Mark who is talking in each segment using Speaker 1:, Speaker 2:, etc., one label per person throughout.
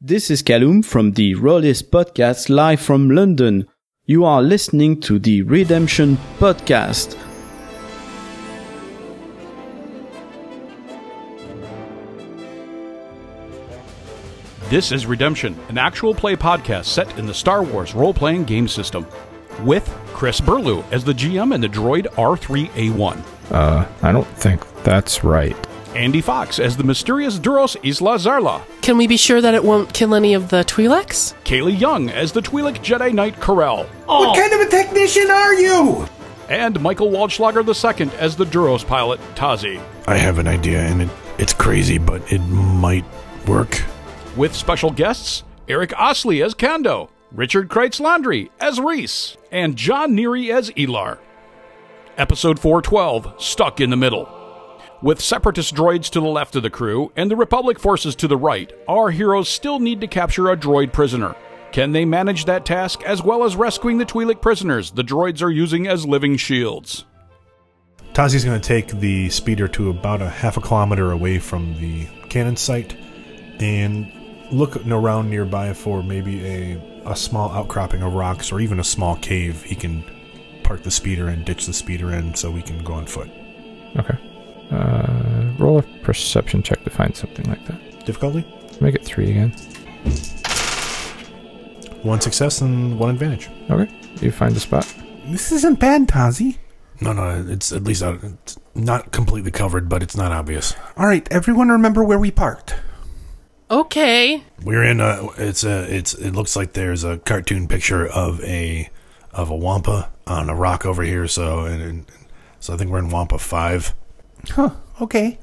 Speaker 1: This is Callum from the Rollis Podcast live from London. You are listening to the Redemption Podcast.
Speaker 2: This is Redemption, an actual play podcast set in the Star Wars role playing game system, with Chris Burlew as the GM and the droid R3A1,
Speaker 3: Uh, I don't think that's right.
Speaker 2: Andy Fox as the mysterious Duros Isla Zarla,
Speaker 4: Can we be sure that it won't kill any of the Twi'leks?
Speaker 2: Kaylee Young as the Twi'lek Jedi Knight Corell,
Speaker 5: What kind of a technician are you?
Speaker 2: and Michael Waldschlager II as the Duros pilot Tazi,
Speaker 6: I have an idea, and it, it's crazy, but it might work.
Speaker 2: with special guests Eric Osley as Kando, Richard Kreitz Landry as Reese, and John Neary as Elar. Episode 412 Stuck in the Middle. With separatist droids to the left of the crew and the Republic forces to the right, our heroes still need to capture a droid prisoner. Can they manage that task as well as rescuing the Twi'lek prisoners the droids are using as living shields?
Speaker 6: Tazi's going to take the speeder to about a half a kilometer away from the cannon site and look around nearby for maybe a, a small outcropping of rocks or even a small cave he can park the speeder and ditch the speeder in so we can go on foot.
Speaker 3: Okay. Uh, roll a perception check to find something like that.
Speaker 6: Difficulty?
Speaker 3: Make it three again.
Speaker 6: One success and one advantage.
Speaker 3: Okay. You find the spot.
Speaker 5: This isn't bad, Tazi.
Speaker 6: No, no, it's at least not, it's not completely covered, but it's not obvious.
Speaker 5: All right, everyone remember where we parked.
Speaker 4: Okay.
Speaker 6: We're in a. It's a. It's. It looks like there's a cartoon picture of a of a wampa on a rock over here. So and, and so I think we're in Wampa Five.
Speaker 5: Huh, okay.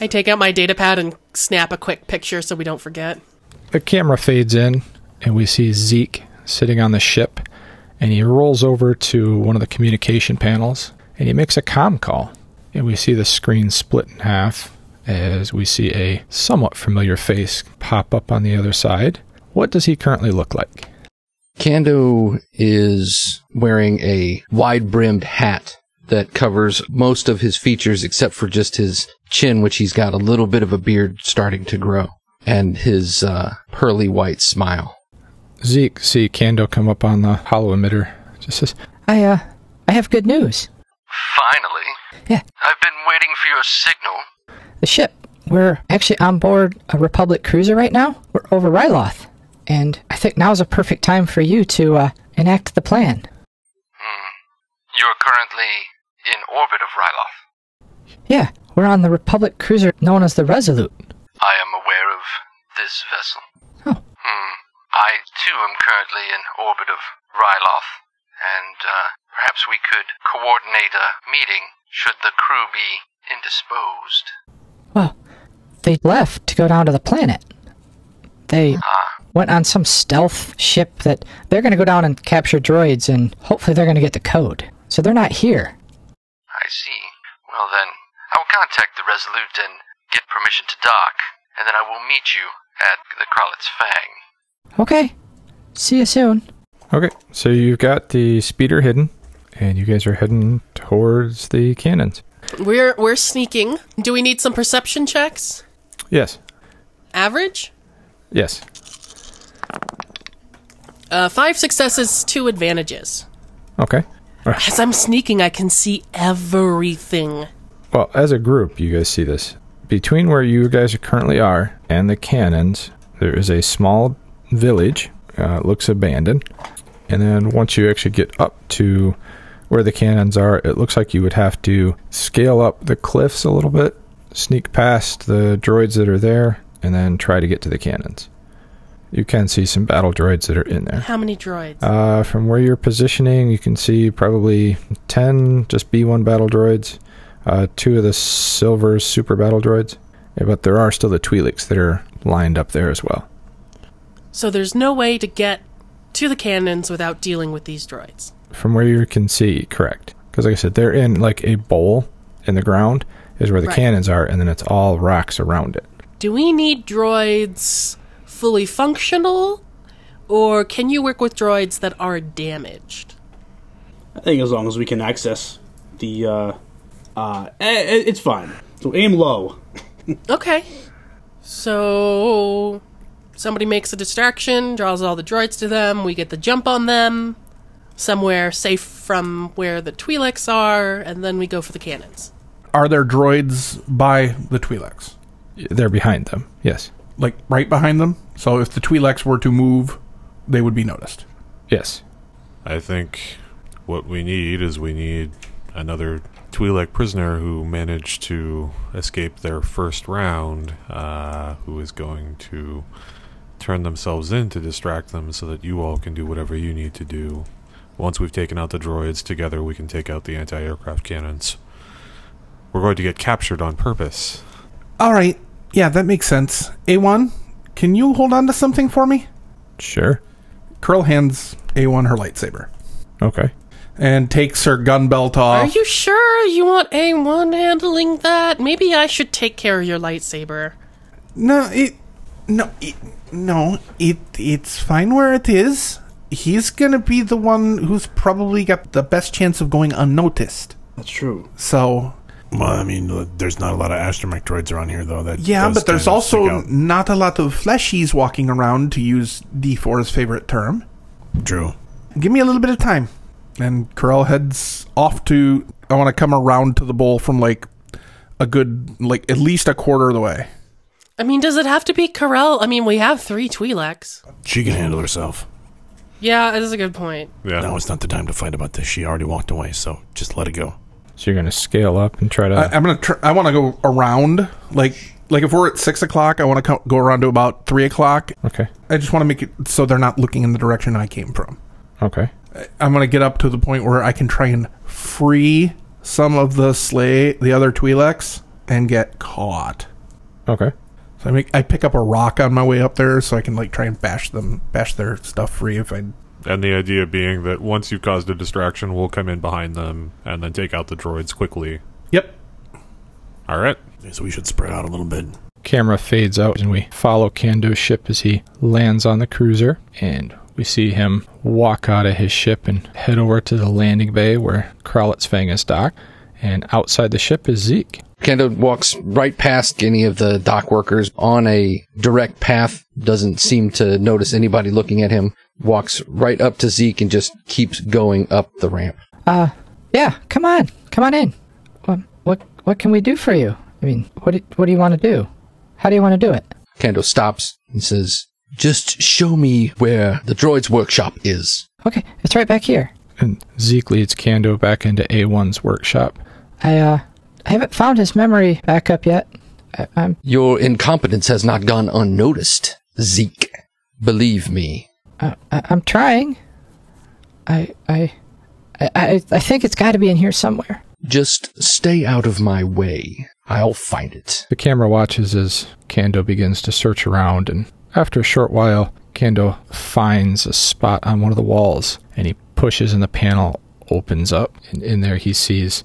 Speaker 4: I take out my data pad and snap a quick picture so we don't forget.
Speaker 3: The camera fades in, and we see Zeke sitting on the ship, and he rolls over to one of the communication panels, and he makes a com call, and we see the screen split in half as we see a somewhat familiar face pop up on the other side. What does he currently look like?
Speaker 7: Kando is wearing a wide brimmed hat that covers most of his features except for just his chin, which he's got a little bit of a beard starting to grow, and his uh, pearly white smile.
Speaker 3: Zeke see Kando come up on the hollow emitter. Just says,
Speaker 8: I, uh, I have good news.
Speaker 9: Finally.
Speaker 8: Yeah.
Speaker 9: I've been waiting for your signal.
Speaker 8: The ship. We're actually on board a Republic cruiser right now. We're over Ryloth. And I think now's a perfect time for you to, uh, enact the plan.
Speaker 9: Hmm. You're currently in orbit of Ryloth.
Speaker 8: Yeah, we're on the Republic cruiser known as the Resolute.
Speaker 9: I am aware of this vessel.
Speaker 8: Oh.
Speaker 9: Hmm. I, too, am currently in orbit of Ryloth, and uh, perhaps we could coordinate a meeting should the crew be indisposed.
Speaker 8: Well, they left to go down to the planet. They went on some stealth ship that they're gonna go down and capture droids and hopefully they're gonna get the code. So they're not here.
Speaker 9: I see. Well, then, I will contact the Resolute and get permission to dock, and then I will meet you at the Kralit's Fang.
Speaker 8: Okay. See you soon.
Speaker 3: Okay, so you've got the speeder hidden, and you guys are heading towards the cannons.
Speaker 4: We're we're sneaking. Do we need some perception checks?
Speaker 3: Yes,
Speaker 4: Average?
Speaker 3: yes.
Speaker 4: Uh, five successes, two advantages.
Speaker 3: Okay.
Speaker 4: As I'm sneaking, I can see everything.
Speaker 3: Well, as a group, you guys see this. Between where you guys currently are and the cannons, there is a small village. Uh, it looks abandoned. And then once you actually get up to where the cannons are, it looks like you would have to scale up the cliffs a little bit, sneak past the droids that are there, and then try to get to the cannons. You can see some battle droids that are in there.
Speaker 4: How many droids?
Speaker 3: Uh, from where you're positioning, you can see probably 10 just B1 battle droids, uh, two of the silver super battle droids, Yeah, but there are still the Twi'leks that are lined up there as well.
Speaker 4: so there's no way to get to the cannons without dealing with these droids.
Speaker 3: From where you can see, correct. Because, like I said, they're in like a bowl in the ground, is where the
Speaker 4: Right.
Speaker 3: cannons are, and then it's all rocks around it.
Speaker 4: Do we need droids fully functional, or can you work with droids that are damaged?
Speaker 10: I think as long as we can access the, uh, uh, eh, eh, it's fine. So aim low.
Speaker 4: Okay. So Somebody makes a distraction, draws all the droids to them. We get the jump on them somewhere safe from where the Twi'leks are, and then we go for the cannons.
Speaker 6: Are there droids by the Twi'leks?
Speaker 3: They're behind them. Yes.
Speaker 11: Like right behind them? So if the Twi'leks were to move, they would be noticed.
Speaker 3: Yes.
Speaker 12: I think what we need is we need another Twi'lek prisoner who managed to escape their first round, uh, who is going to turn themselves in to distract them so that you all can do whatever you need to do. Once we've taken out the droids together, we can take out the anti aircraft cannons. We're going to get captured on purpose.
Speaker 5: All right. Yeah, that makes sense. A1, can you hold on to something for me?
Speaker 3: Sure.
Speaker 11: Curl hands A1 her lightsaber
Speaker 3: Okay.
Speaker 11: and takes her gun belt
Speaker 4: Are
Speaker 11: off.
Speaker 4: you sure you want A1 handling that? Maybe I should take care of your lightsaber.
Speaker 5: No, it. No, it, no, it it's fine where it is. He's gonna be the one who's probably got the best chance of going unnoticed.
Speaker 10: That's true.
Speaker 5: So
Speaker 6: Well, I mean, l- there's not a lot of astromech droids around here, though. That
Speaker 5: yeah,
Speaker 6: does
Speaker 5: but there's
Speaker 6: kinda stick
Speaker 5: also
Speaker 6: out.
Speaker 5: not a lot of fleshies walking around, to use D4's favorite term.
Speaker 6: Drew.
Speaker 5: Give me a little bit of time.
Speaker 11: and Corell heads off to. I want to come around to the bowl from like a good, like at least a quarter of the way.
Speaker 4: I mean, does it have to be Corell? I mean, we have three Twi'leks.
Speaker 6: She can handle herself.
Speaker 4: Yeah, that is a good point.
Speaker 12: Yeah.
Speaker 6: Now it's not the time to fight about this. She already walked away, so just let it go.
Speaker 3: So you're going to scale up and try to.
Speaker 11: I, I'm gonna. Tr- I want to go around. Like, like if we're at six o'clock, I want to co- go around to about three o'clock.
Speaker 3: okay.
Speaker 11: I just want to make it so they're not looking in the direction I came from.
Speaker 3: Okay.
Speaker 11: I'm gonna get up to the point where I can try and free some of the slay, the other Twi'leks, and get caught.
Speaker 3: Okay.
Speaker 11: So I make I pick up a rock on my way up there, so I can like try and bash them, bash their stuff free. If I
Speaker 12: And the idea being that once you've caused a distraction, we'll come in behind them and then take out the droids quickly.
Speaker 11: yep,
Speaker 12: All right.
Speaker 6: So we should spread out a little bit.
Speaker 3: Camera fades out and we follow Kando's ship as he lands on the cruiser. And we see him walk out of his ship and head over to the landing bay where Kralit's Fang is docked. And outside the ship is Zeke.
Speaker 7: Kendo walks right past any of the dock workers on a direct path, doesn't seem to notice anybody looking at him, walks right up to Zeke and just keeps going up the ramp.
Speaker 8: Uh, yeah, come on, come on in. What, what, what can we do for you? I mean, what, do, what do you want to do? How do you want to do it?
Speaker 7: Kendo stops and says, Just show me where the droid's workshop is.
Speaker 8: Okay, it's right back here.
Speaker 3: And Zeke leads Kando back into A1's workshop.
Speaker 8: I, uh, I haven't found his memory back up yet. I, I'm,
Speaker 7: Your incompetence has not gone unnoticed, Zeke. Believe me.
Speaker 8: I, Uh, I- I'm trying. I, I, I, I I think it's got to be in here somewhere.
Speaker 7: Just stay out of my way. I'll find it.
Speaker 3: The camera watches as Kando begins to search around, and after a short while, Kando finds a spot on one of the walls and he pushes, and the panel opens up. And in there, he sees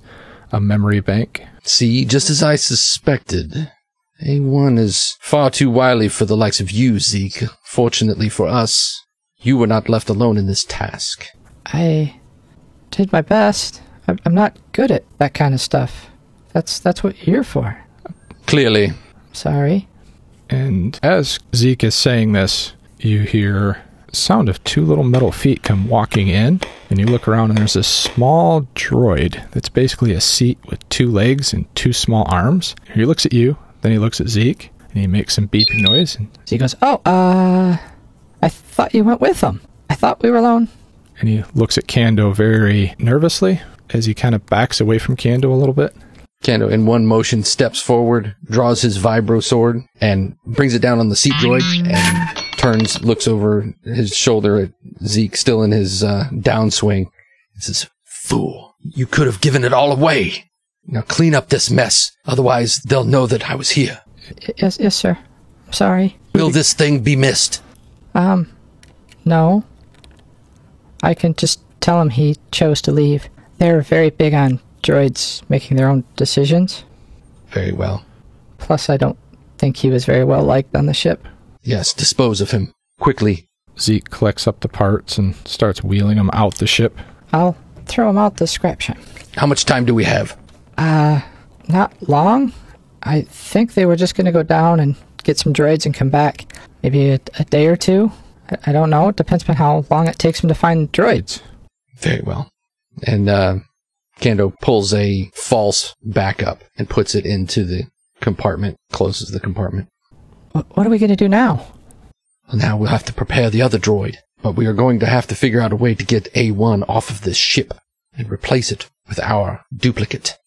Speaker 3: a memory bank.
Speaker 7: See, just as I suspected, A1 is far too wily for the likes of you, Zeke. Fortunately for us, you were not left alone in this task.
Speaker 8: I did my best. I'm, I'm not good at that kind of stuff. That's that's what you're here for.
Speaker 7: Clearly.
Speaker 8: Sorry.
Speaker 3: And as Zeke is saying this, you hear sound of two little metal feet come walking in, and you look around, and there's this small droid that's basically a seat with two legs and two small arms. He looks at you, then he looks at Zeke, and he makes some beeping noise, and
Speaker 8: So he goes, "Oh, uh, I thought you went with him. I thought we were alone."
Speaker 3: and he looks at Kando very nervously as he kind of backs away from Kando a little bit.
Speaker 7: Kando, in one motion, steps forward, draws his vibro sword, and brings it down on the seat droid, and turns, looks over his shoulder at Zeke, still in his uh, downswing, and says, Fool, you could have given it all away. Now clean up this mess, otherwise they'll know that I was here.
Speaker 8: Y- yes, yes, sir. I'm sorry.
Speaker 7: Will this thing be missed?
Speaker 8: Um, no. I can just tell him he chose to leave. They're very big on droids making their own decisions.
Speaker 7: Very well.
Speaker 8: Plus, I don't think he was very well liked on the ship.
Speaker 7: Yes, dispose of him. Quickly.
Speaker 3: Zeke collects up the parts and starts wheeling them out the ship.
Speaker 8: I'll throw him out the scrap shop.
Speaker 7: How much time do we have?
Speaker 8: Uh, Not long. I think they were just going to go down and get some droids and come back. Maybe a, a day or two? I, I don't know. It depends on how long it takes them to find droids.
Speaker 7: Very well. And uh, Kando pulls a false backup and puts it into the compartment, closes the compartment.
Speaker 8: Wh- What are we going to do now?
Speaker 7: Well, now we'll have to prepare the other droid, but we are going to have to figure out a way to get A1 off of this ship and replace it with our duplicate.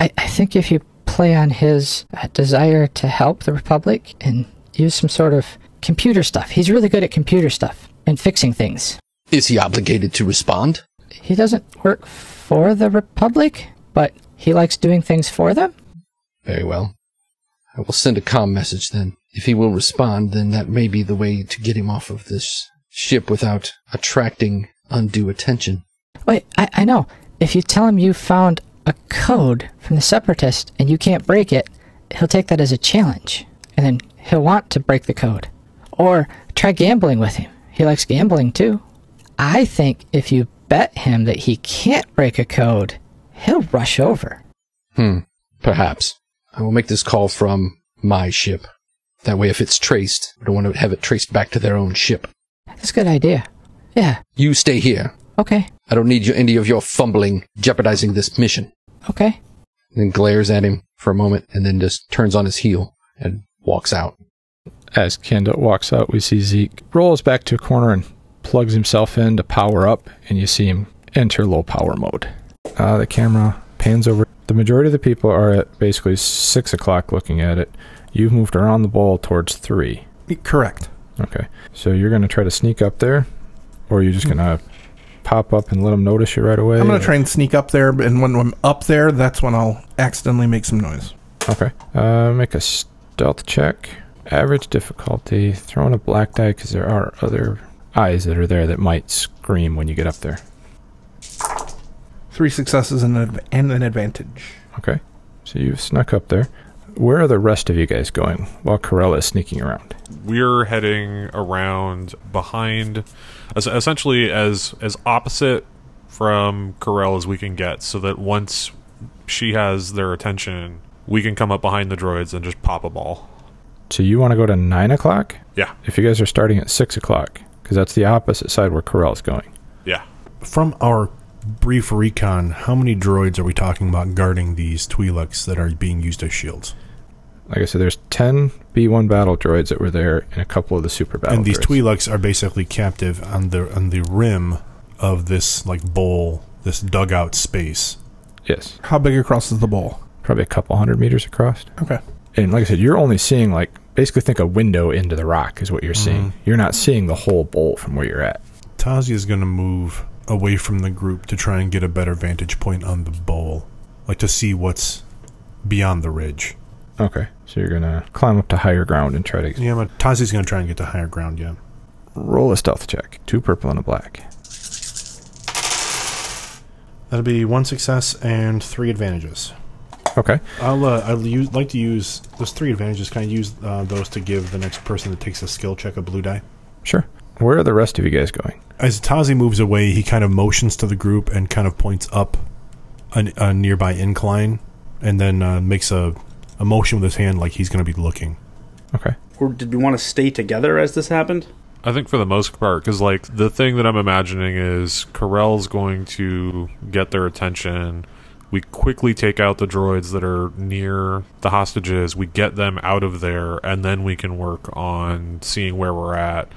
Speaker 8: I, I think if you play on his uh, desire to help the Republic and use some sort of computer stuff, he's really good at computer stuff and fixing things.
Speaker 7: Is he obligated to respond?
Speaker 8: He doesn't work for the Republic, but he likes doing things for them.
Speaker 7: Very well. I will send a comm message then. If he will respond, then that may be the way to get him off of this ship without attracting undue attention.
Speaker 8: Wait, I, I know. If you tell him you found a code from the Separatist and you can't break it, he'll take that as a challenge, and then he'll want to break the code. Or try gambling with him. He likes gambling too. I think if you bet him that he can't break a code, he'll rush over.
Speaker 7: Hmm. Perhaps. I will make this call from my ship. That way, if it's traced, I don't want to have it traced back to their own ship.
Speaker 8: That's a good idea. Yeah,
Speaker 7: You stay here.
Speaker 8: okay,
Speaker 7: I don't need you, any of your fumbling, jeopardizing this mission.
Speaker 8: okay.
Speaker 7: And then glares at him for a moment and then just turns on his heel and walks out.
Speaker 3: As Kendo walks out, we see Zeke rolls back to a corner and plugs himself in to power up, and you see him enter low power mode. Uh, the camera pans over. The majority of the people are at basically six o'clock looking at it. You've moved around the ball towards three.
Speaker 5: Correct.
Speaker 3: Okay. So you're going to try to sneak up there, or are you just going to pop up and let them notice you right away?
Speaker 5: Hmm. I'm gonna try and sneak up there, but- and when I'm up there, that's when I'll accidentally make some noise.
Speaker 3: Okay. Uh, make a stealth check. Average difficulty. Throw in a black die because there are other eyes that are there that might scream when you get up there.
Speaker 5: Three successes and an, adv- and an advantage.
Speaker 3: Okay. So you've snuck up there. Where are the rest of you guys going while Corella is sneaking around?
Speaker 12: we're heading around behind es- essentially as as opposite from Corel as we can get so that once she has their attention we can come up behind the droids and just pop a ball
Speaker 3: So you want to go to 9 o'clock?
Speaker 12: Yeah.
Speaker 3: If you guys are starting at 6 o'clock, because that's the opposite side where Corell's going.
Speaker 12: yeah
Speaker 6: From our brief recon, how many droids are we talking about guarding these Twi'leks that are being used as shields?
Speaker 3: Like I said, there's 10 B1 battle droids that were there and a couple of the super battle
Speaker 6: and these
Speaker 3: droids.
Speaker 6: Twi'leks are basically captive on the on the rim of this like bowl, this dugout space.
Speaker 3: yes.
Speaker 5: How big across is the bowl?
Speaker 3: Probably a couple hundred meters across.
Speaker 5: Okay.
Speaker 3: And like I said, you're only seeing like basically think a window into the rock is what you're
Speaker 6: Mm-hmm.
Speaker 3: seeing. You're not seeing the whole bowl from where you're at.
Speaker 6: Tazi is going to move away from the group to try and get a better vantage point on the bowl, like to see what's beyond the ridge.
Speaker 3: Okay. So you're gonna climb up to higher ground and try to
Speaker 6: Yeah, but Tazi's going to try and get to higher ground. Yeah,
Speaker 3: roll a stealth check. Two purple and a black.
Speaker 6: that'll be one success and three advantages.
Speaker 3: Okay.
Speaker 6: I'll uh, I'll use, like to use those three advantages. Kind of use uh, those to give the next person that takes a skill check a blue die.
Speaker 3: Sure. Where are the rest of you guys going?
Speaker 6: As Tazi moves away, he kind of motions to the group and kind of points up an, a nearby incline, and then uh, makes a, a motion with his hand like he's going to be looking.
Speaker 3: Okay.
Speaker 10: Or did we want to stay together as this happened?
Speaker 12: I think for the most part, because like the thing that I'm imagining is Corel's going to get their attention. We quickly take out the droids that are near the hostages. We get them out of there, and then we can work on seeing where we're at.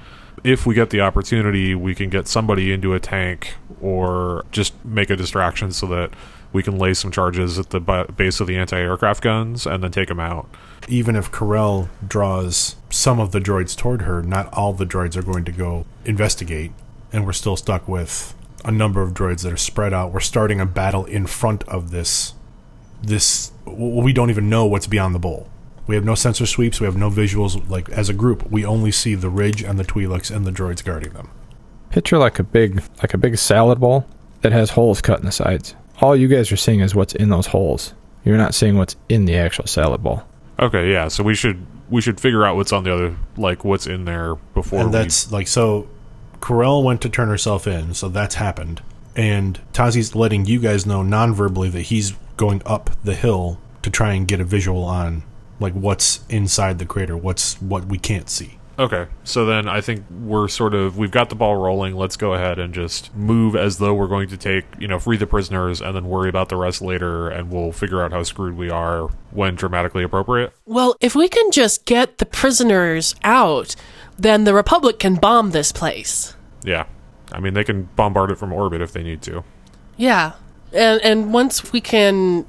Speaker 12: If we get the opportunity, we can get somebody into a tank or just make a distraction so that we can lay some charges at the bu- base of the anti aircraft guns and then take them out.
Speaker 6: Even if Corell draws some of the droids toward her, not all the droids are going to go investigate, and we're still stuck with a number of droids that are spread out. We're starting a battle in front of this. This w- we don't even know what's beyond the bowl. We have no sensor sweeps. We have no visuals. Like as a group, we only see the ridge and the Twi'leks and the droids guarding them.
Speaker 3: Picture like a big like a big salad bowl that has holes cut in the sides. All you guys are seeing is what's in those holes. You're not seeing what's in the actual salad bowl.
Speaker 12: Okay, yeah. So we should we should figure out what's on the other like what's in there before
Speaker 6: and
Speaker 12: we-
Speaker 6: that's like so Corell went to turn herself in, so that's happened. And Tazi's letting you guys know non verbally that he's going up the hill to try and get a visual on like what's inside the crater, what's what we can't see.
Speaker 12: Okay, so then I think we're sort of we've got the ball rolling. Let's go ahead and just move as though we're going to take you know free the prisoners and then worry about the rest later, and we'll figure out how screwed we are when dramatically appropriate.
Speaker 4: Well, if we can just get the prisoners out, then the Republic can bomb this place.
Speaker 12: Yeah, I mean they can bombard it from orbit if they need to.
Speaker 4: Yeah. And and once we can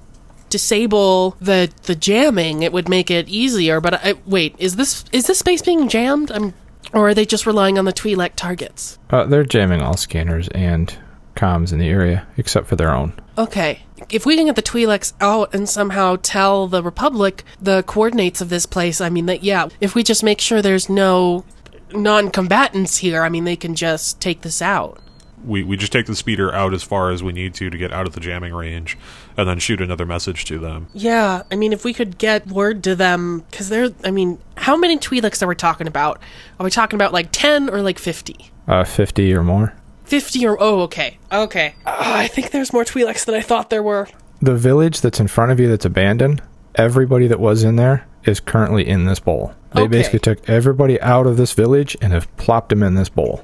Speaker 4: disable the the jamming, it would make it easier, but I, wait, is this is this space being jammed? I'm or are they just relying on the Twi'lek targets?
Speaker 3: Uh, they're jamming all scanners and comms in the area, except for their own.
Speaker 4: Okay. If we can get the Twi'leks out and somehow tell the Republic the coordinates of this place, I mean that yeah, if we just make sure there's no non-combatants here, I mean they can just take this out.
Speaker 12: We we just take the speeder out as far as we need to to get out of the jamming range, and then shoot another message to them.
Speaker 4: Yeah, I mean, if we could get word to them, because they're, I mean, how many Twi'leks are we talking about? Are we talking about like 10 or like 50?
Speaker 3: Uh, 50 or more.
Speaker 4: 50 or, oh, okay, okay. Ah, I think there's more Twi'leks than I thought there were.
Speaker 3: The village that's in front of you that's abandoned, everybody that was in there is currently in this bowl. They
Speaker 10: Okay.
Speaker 3: basically took everybody out of this village and have plopped them in this bowl.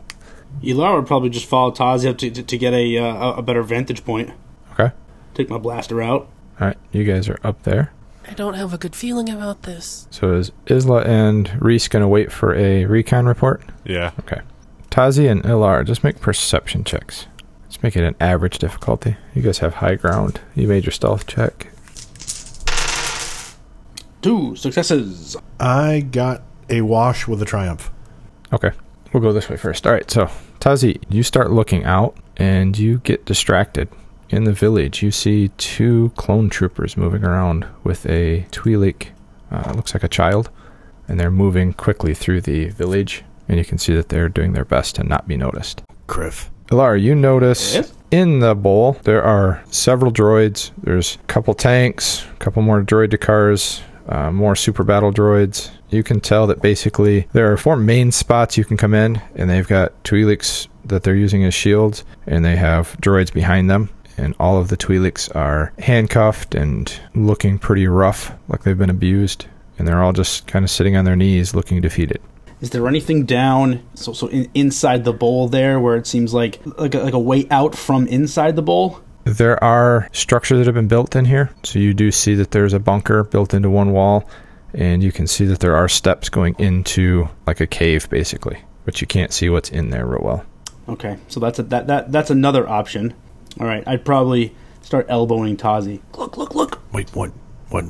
Speaker 10: Elar would probably just follow Tazi up to, to, to get a uh, a- a better vantage point.
Speaker 3: Okay.
Speaker 10: Take my blaster out.
Speaker 3: All right, you guys are up there.
Speaker 4: I don't have a good feeling about this.
Speaker 3: So is Isla and Reese going to wait for a recon report?
Speaker 12: Yeah.
Speaker 3: Okay. Tazi and Ilar, just make perception checks. Let's make it an average difficulty. You guys have high ground. You made your stealth check.
Speaker 10: Two successes.
Speaker 6: I got a wash with a triumph.
Speaker 3: Okay. We'll go this way first. All right. So, Tazi, you start looking out and you get distracted. In the village, you see two clone troopers moving around with a Twi'lek, uh, looks like a child, and they're moving quickly through the village. And you can see that they're doing their best to not be noticed.
Speaker 6: Criff.
Speaker 3: Ilar, you notice in the bowl there are several droids. There's a couple tanks, a couple more droid cars, uh, more super battle droids. You can tell that basically there are four main spots you can come in, and they've got Twi'leks that they're using as shields, and they have droids behind them. And all of the Twi'leks are handcuffed and looking pretty rough, like they've been abused. And they're all just kind of sitting on their knees looking defeated.
Speaker 10: Is there anything down so so in, inside the bowl there where it seems like like a, like a way out from inside the bowl?
Speaker 3: There are structures that have been built in here. So you do see that there's a bunker built into one wall, and you can see that there are steps going into like a cave, basically. But you can't see what's in there real well.
Speaker 10: Okay, so that's a, that that that's another option. All right, I'd probably start elbowing Tazi. Look, look, look!
Speaker 6: Wait, what? What?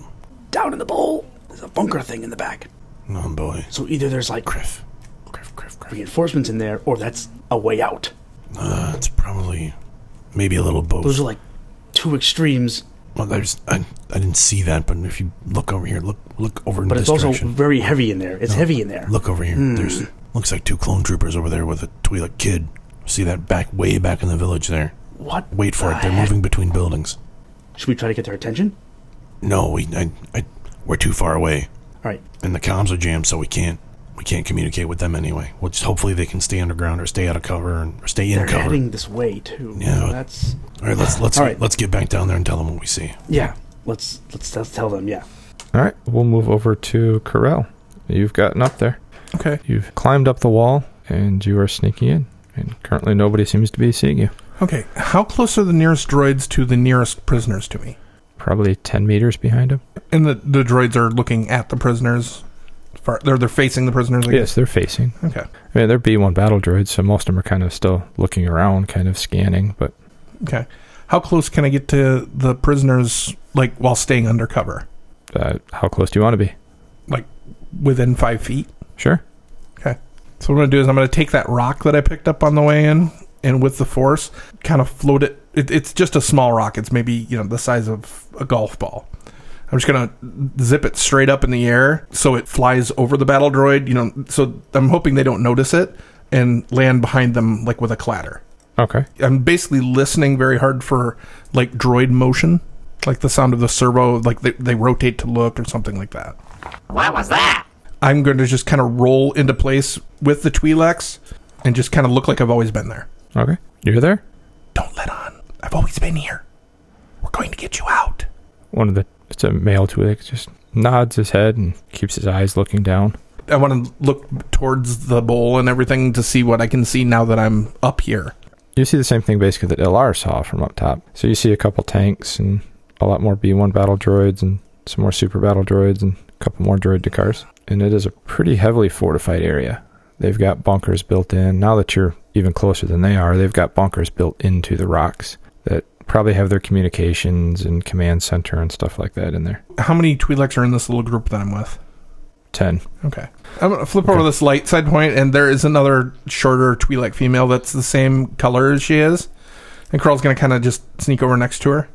Speaker 10: Down in the bowl, there's a bunker thing in the back.
Speaker 6: Oh boy.
Speaker 10: So either there's like Griff, Griff, Griff, Griff. reinforcements in there, or that's a way out.
Speaker 6: Uh, it's probably maybe a little both.
Speaker 10: Those are like two extremes.
Speaker 6: Well, there's I, I didn't see that, but if you look over here, look look over in
Speaker 10: But
Speaker 6: this
Speaker 10: it's also
Speaker 6: direction.
Speaker 10: very heavy in there. It's
Speaker 6: No,
Speaker 10: heavy in there.
Speaker 6: Look over here.
Speaker 10: Hmm.
Speaker 6: There's looks like two clone troopers over there with a Twi'lek kid. See that back way back in the village there.
Speaker 10: What
Speaker 6: Wait for
Speaker 10: the
Speaker 6: it. They're
Speaker 10: heck?
Speaker 6: moving between buildings.
Speaker 10: Should we try to get their attention?
Speaker 6: No, we I, I we're too far away.
Speaker 10: All right.
Speaker 6: And the comms are jammed, so we can't we can't communicate with them anyway. Which hopefully they can stay underground or stay out of cover and or stay in
Speaker 10: They're
Speaker 6: cover.
Speaker 10: heading this way too.
Speaker 6: Yeah.
Speaker 10: that's
Speaker 6: All right, let's let's
Speaker 10: All right.
Speaker 6: let's get back down there and tell them what we see.
Speaker 10: yeah. Let's let's, let's tell them. Yeah.
Speaker 3: All right, we'll move over to Corel. You've gotten up there.
Speaker 6: Okay.
Speaker 3: You've climbed up the wall, and you are sneaking in. And currently, nobody seems to be seeing you.
Speaker 11: Okay, how close are the nearest droids to the nearest prisoners to me?
Speaker 3: Probably 10 meters behind him.
Speaker 11: And the, the droids are looking at the prisoners. Far, they're, they're facing the prisoners, I
Speaker 3: Yes,
Speaker 11: guess?
Speaker 3: they're facing.
Speaker 11: Oh, Okay.
Speaker 3: I mean, they're B1 battle droids, so most of them are kind of still looking around, kind of scanning, but
Speaker 11: Okay. How close can I get to the prisoners, like, while staying undercover?
Speaker 3: uh, how close do you want to be?
Speaker 11: Like, within five feet?
Speaker 3: Sure.
Speaker 11: Okay. So what I'm going to do is I'm going to take that rock that I picked up on the way in, and with the force, kind of float it. it it's just a small rock. It's maybe, you know, the size of a golf ball. I'm just going to zip it straight up in the air so it flies over the battle droid, you know, so I'm hoping they don't notice it and land behind them, like, with a clatter.
Speaker 3: Okay.
Speaker 11: I'm basically listening very hard for, like, droid motion. Like the sound of the servo, like they, they rotate to look or something like that.
Speaker 13: What was that?
Speaker 11: I'm going to just kind of roll into place with the Twi'leks and just kind of look like I've always been there.
Speaker 3: Okay. You're there?
Speaker 11: I've always been here. We're going to get you out.
Speaker 3: One of the, it's a male Twi'lek, just nods his head and keeps his eyes looking down.
Speaker 11: I want to look towards the bowl and everything to see what I can see now that I'm up here.
Speaker 3: You see the same thing basically that LR saw from up top. So you see a couple tanks and a lot more B1 battle droids and some more super battle droids and a couple more droid Dakars. And it is a pretty heavily fortified area. They've got bunkers built in. Now that you're even closer than they are, they've got bunkers built into the rocks that probably have their communications and command center and stuff like that in there.
Speaker 11: How many Twi'leks are in this little group that I'm with?
Speaker 3: 10.
Speaker 11: Okay. I'm gonna flip over this light side point, and there is another shorter Twi'lek female that's the same color as she is. And Krell's gonna kind of just sneak over next to her.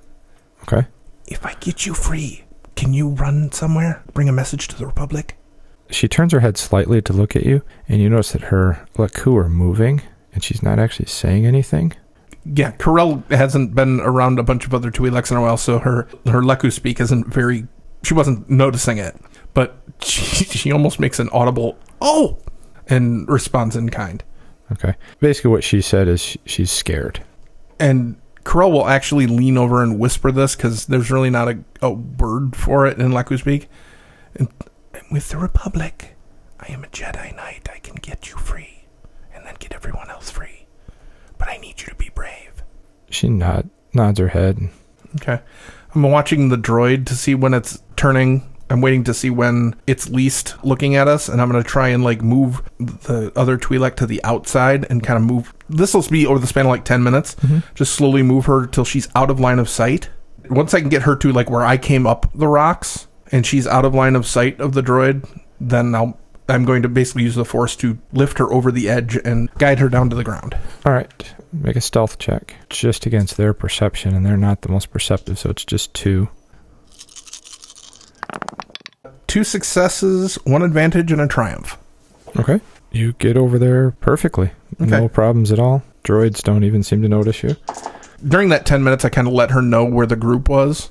Speaker 3: Okay.
Speaker 11: If I get you free, can you run somewhere? Bring a message to the Republic?
Speaker 3: She turns her head slightly to look at you, and you notice that her Laku are moving, and she's not actually saying anything.
Speaker 11: Yeah, Corel hasn't been around a bunch of other Twi'leks in a while, so her her Leku speak isn't very. She wasn't noticing it, but she, she almost makes an audible "oh" and responds in kind.
Speaker 3: Okay. Basically, what she said is sh- she's scared.
Speaker 11: And Corel will actually lean over and whisper this because there's really not a, a word for it in Leku speak. And I'm with the Republic. I am a Jedi Knight. I can get you free, and then get everyone else free. But I need you to be brave.
Speaker 3: She nod, nods her head. and
Speaker 11: Okay. I'm watching the droid to see when it's turning. I'm waiting to see when it's least looking at us, and I'm going to try and like move the other Twi'lek to the outside and kind of move. This will be over the span of like 10 minutes. Just slowly move her till she's out of line of sight. Once I can get her to like where I came up the rocks and she's out of line of sight of the droid, then I'll. I'm going to basically use the force to lift her over the edge and guide her down to the ground.
Speaker 3: All right, make a stealth check just against their perception, and they're not the most perceptive, so it's just two.
Speaker 11: Two successes, one advantage, and a triumph.
Speaker 3: Okay. You get over there perfectly. No problems at all. Droids don't even seem to notice you.
Speaker 11: during that 10 minutes i kind of let her know where the group was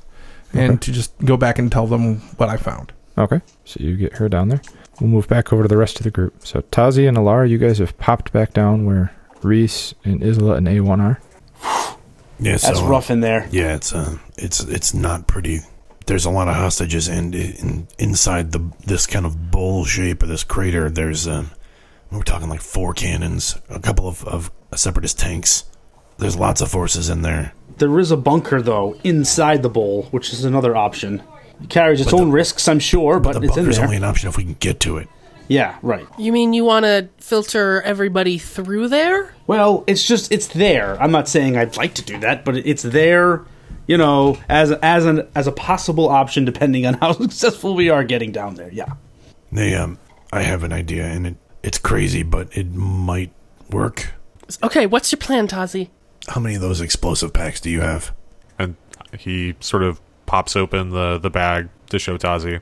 Speaker 3: Okay.
Speaker 11: and to just go back and tell them what i found
Speaker 3: Okay. So you get her down there. We'll move back over to the rest of the group. So Tazi and Alara, you guys have popped back down where Reese and Isla and A1 are.
Speaker 6: Yeah,
Speaker 10: That's
Speaker 6: so, uh,
Speaker 10: rough in there.
Speaker 6: Yeah, it's uh, it's it's not pretty. There's a lot of hostages, and in, inside the this kind of bowl shape of this crater, there's um, we're talking like four cannons, a couple of, of separatist tanks. There's lots of forces in there.
Speaker 10: There is a bunker though inside the bowl, which is another option. It carries its own risks, I'm sure, but,
Speaker 6: The
Speaker 10: it's in
Speaker 6: bunker's
Speaker 10: there.
Speaker 6: only an option if we can get to it.
Speaker 10: yeah, right.
Speaker 4: You mean you want to filter everybody through there?
Speaker 10: Well, it's just it's there. I'm not saying I'd like to do that, but it's there. You know, as as an as a possible option, depending on how successful we are getting down there. Yeah.
Speaker 6: They um, I have an idea, and it it's crazy, but it might work.
Speaker 4: Okay, what's your plan, Tazi?
Speaker 6: How many of those explosive packs do you have?
Speaker 12: And he sort of pops open the, the bag to show Tazi.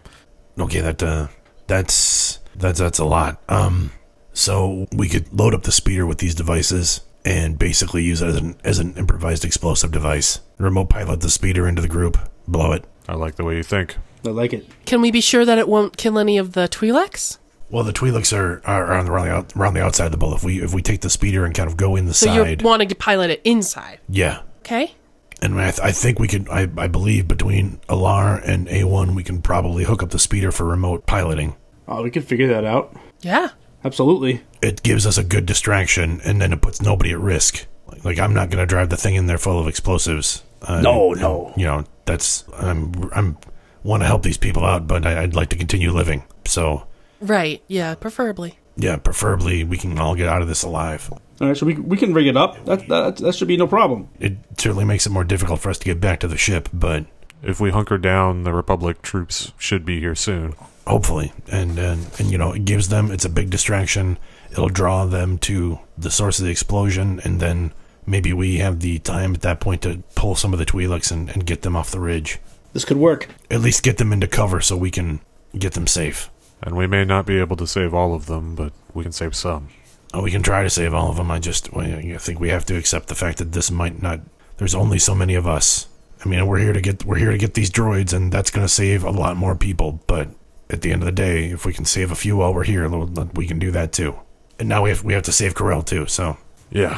Speaker 6: Okay, that uh, that's that's that's a lot. Um, so we could load up the speeder with these devices and basically use it as an as an improvised explosive device. Remote pilot the speeder into the group, blow it.
Speaker 12: I like the way you think.
Speaker 10: I like it.
Speaker 4: Can we be sure that it won't kill any of the Twi'leks?
Speaker 6: Well, the Twi'leks are, are on the around the, out, around the outside of the bull. If we if we take the speeder and kind of go in the
Speaker 4: So
Speaker 6: side,
Speaker 4: you're wanting to pilot it inside,
Speaker 6: yeah.
Speaker 4: okay?
Speaker 6: And I, th- I think we could. I, I believe between Alar and A one, we can probably hook up the speeder for remote piloting.
Speaker 10: Oh, we could figure that out.
Speaker 4: Yeah.
Speaker 10: Absolutely.
Speaker 6: It gives us a good distraction, and then it puts nobody at risk. Like, like, I'm not going to drive the thing in there full of explosives. Uh,
Speaker 10: No,
Speaker 6: and-
Speaker 10: no.
Speaker 6: You know that's I'm I'm want to help these people out, but I, I'd like to continue living. So
Speaker 4: Right, yeah, preferably.
Speaker 6: yeah, preferably we can all get out of this alive.
Speaker 10: All right, so we we can rig it up. That that that should be no problem.
Speaker 6: It certainly makes it more difficult for us to get back to the ship, but
Speaker 12: If we hunker down, the Republic troops should be here soon.
Speaker 6: hopefully, and and, and you know it gives them. It's a big distraction. It'll draw them to the source of the explosion, and then maybe we have the time at that point to pull some of the Twi'leks and, and get them off the ridge.
Speaker 10: This could work.
Speaker 6: At least get them into cover so we can get them safe.
Speaker 12: And we may not be able to save all of them, but we can save some.
Speaker 6: Oh, we can try to save all of them. I just, well, I think we have to accept the fact that this might not. There's only so many of us. I mean, we're here to get we're here to get these droids, and that's going to save a lot more people. But at the end of the day, if we can save a few while we're here, l- l- we can do that too. And now we have we have to save Corel too. So
Speaker 12: yeah,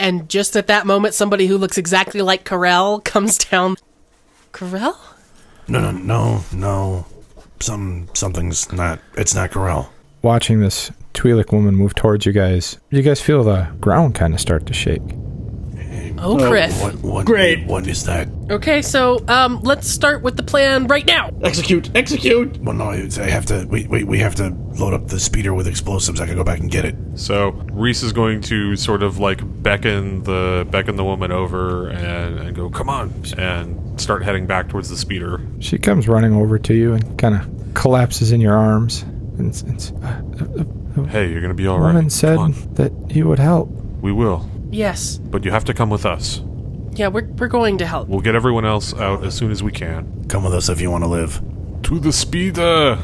Speaker 4: And just at that moment, somebody who looks exactly like Corell comes down. Corell?
Speaker 6: no, no, no, no. some something's not. It's not corral.
Speaker 3: Watching this Twi'lek woman move towards you guys, you guys feel the ground kind of start to shake.
Speaker 4: Oh, Criff.
Speaker 6: What, what, Great. What is that?
Speaker 4: Okay, so um, let's start with the plan right now.
Speaker 10: Execute. Execute.
Speaker 6: Well, no, it's- I have to. We, we, we have to load up the speeder with explosives. I can go back and get it.
Speaker 12: So Reese is going to sort of like beckon the beckon the woman over and, and go, "Come on!" and start heading back towards the speeder.
Speaker 3: She comes running over to you and kind of collapses in your arms. And it's, it's, uh, uh, uh,
Speaker 12: Hey, you're gonna be all
Speaker 3: woman
Speaker 12: right.
Speaker 3: said that you would help.
Speaker 12: We will,
Speaker 4: Yes.
Speaker 12: but you have to come with us.
Speaker 4: Yeah, we're, we're going to help.
Speaker 12: We'll get everyone else out as soon as we can.
Speaker 6: Come with us if you want to live.
Speaker 12: To the speeder.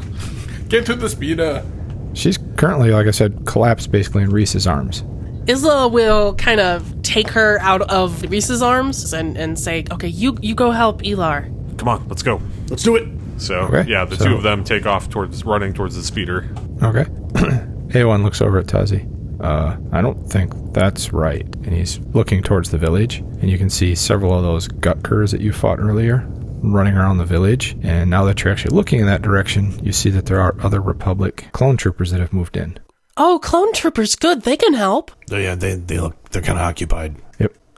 Speaker 11: Get to the speeder.
Speaker 3: She's currently, like I said, collapsed basically in Reese's arms.
Speaker 4: Isla will kind of take her out of Reese's arms and, and say, okay, you, you go help Elar.
Speaker 12: Come on, let's go.
Speaker 10: Let's do it.
Speaker 12: So
Speaker 3: Okay,
Speaker 12: yeah, the
Speaker 3: so-
Speaker 12: two of them take off towards running towards the speeder.
Speaker 3: Okay. A1 looks over at Tazi. Uh, I don't think that's right. And he's looking towards the village, and you can see several of those gutkers that you fought earlier running around the village. And now that you're actually looking in that direction, you see that there are other Republic clone troopers that have moved in.
Speaker 4: Oh, clone troopers, good. They can help.
Speaker 6: They, yeah, they they look. They're kind of occupied.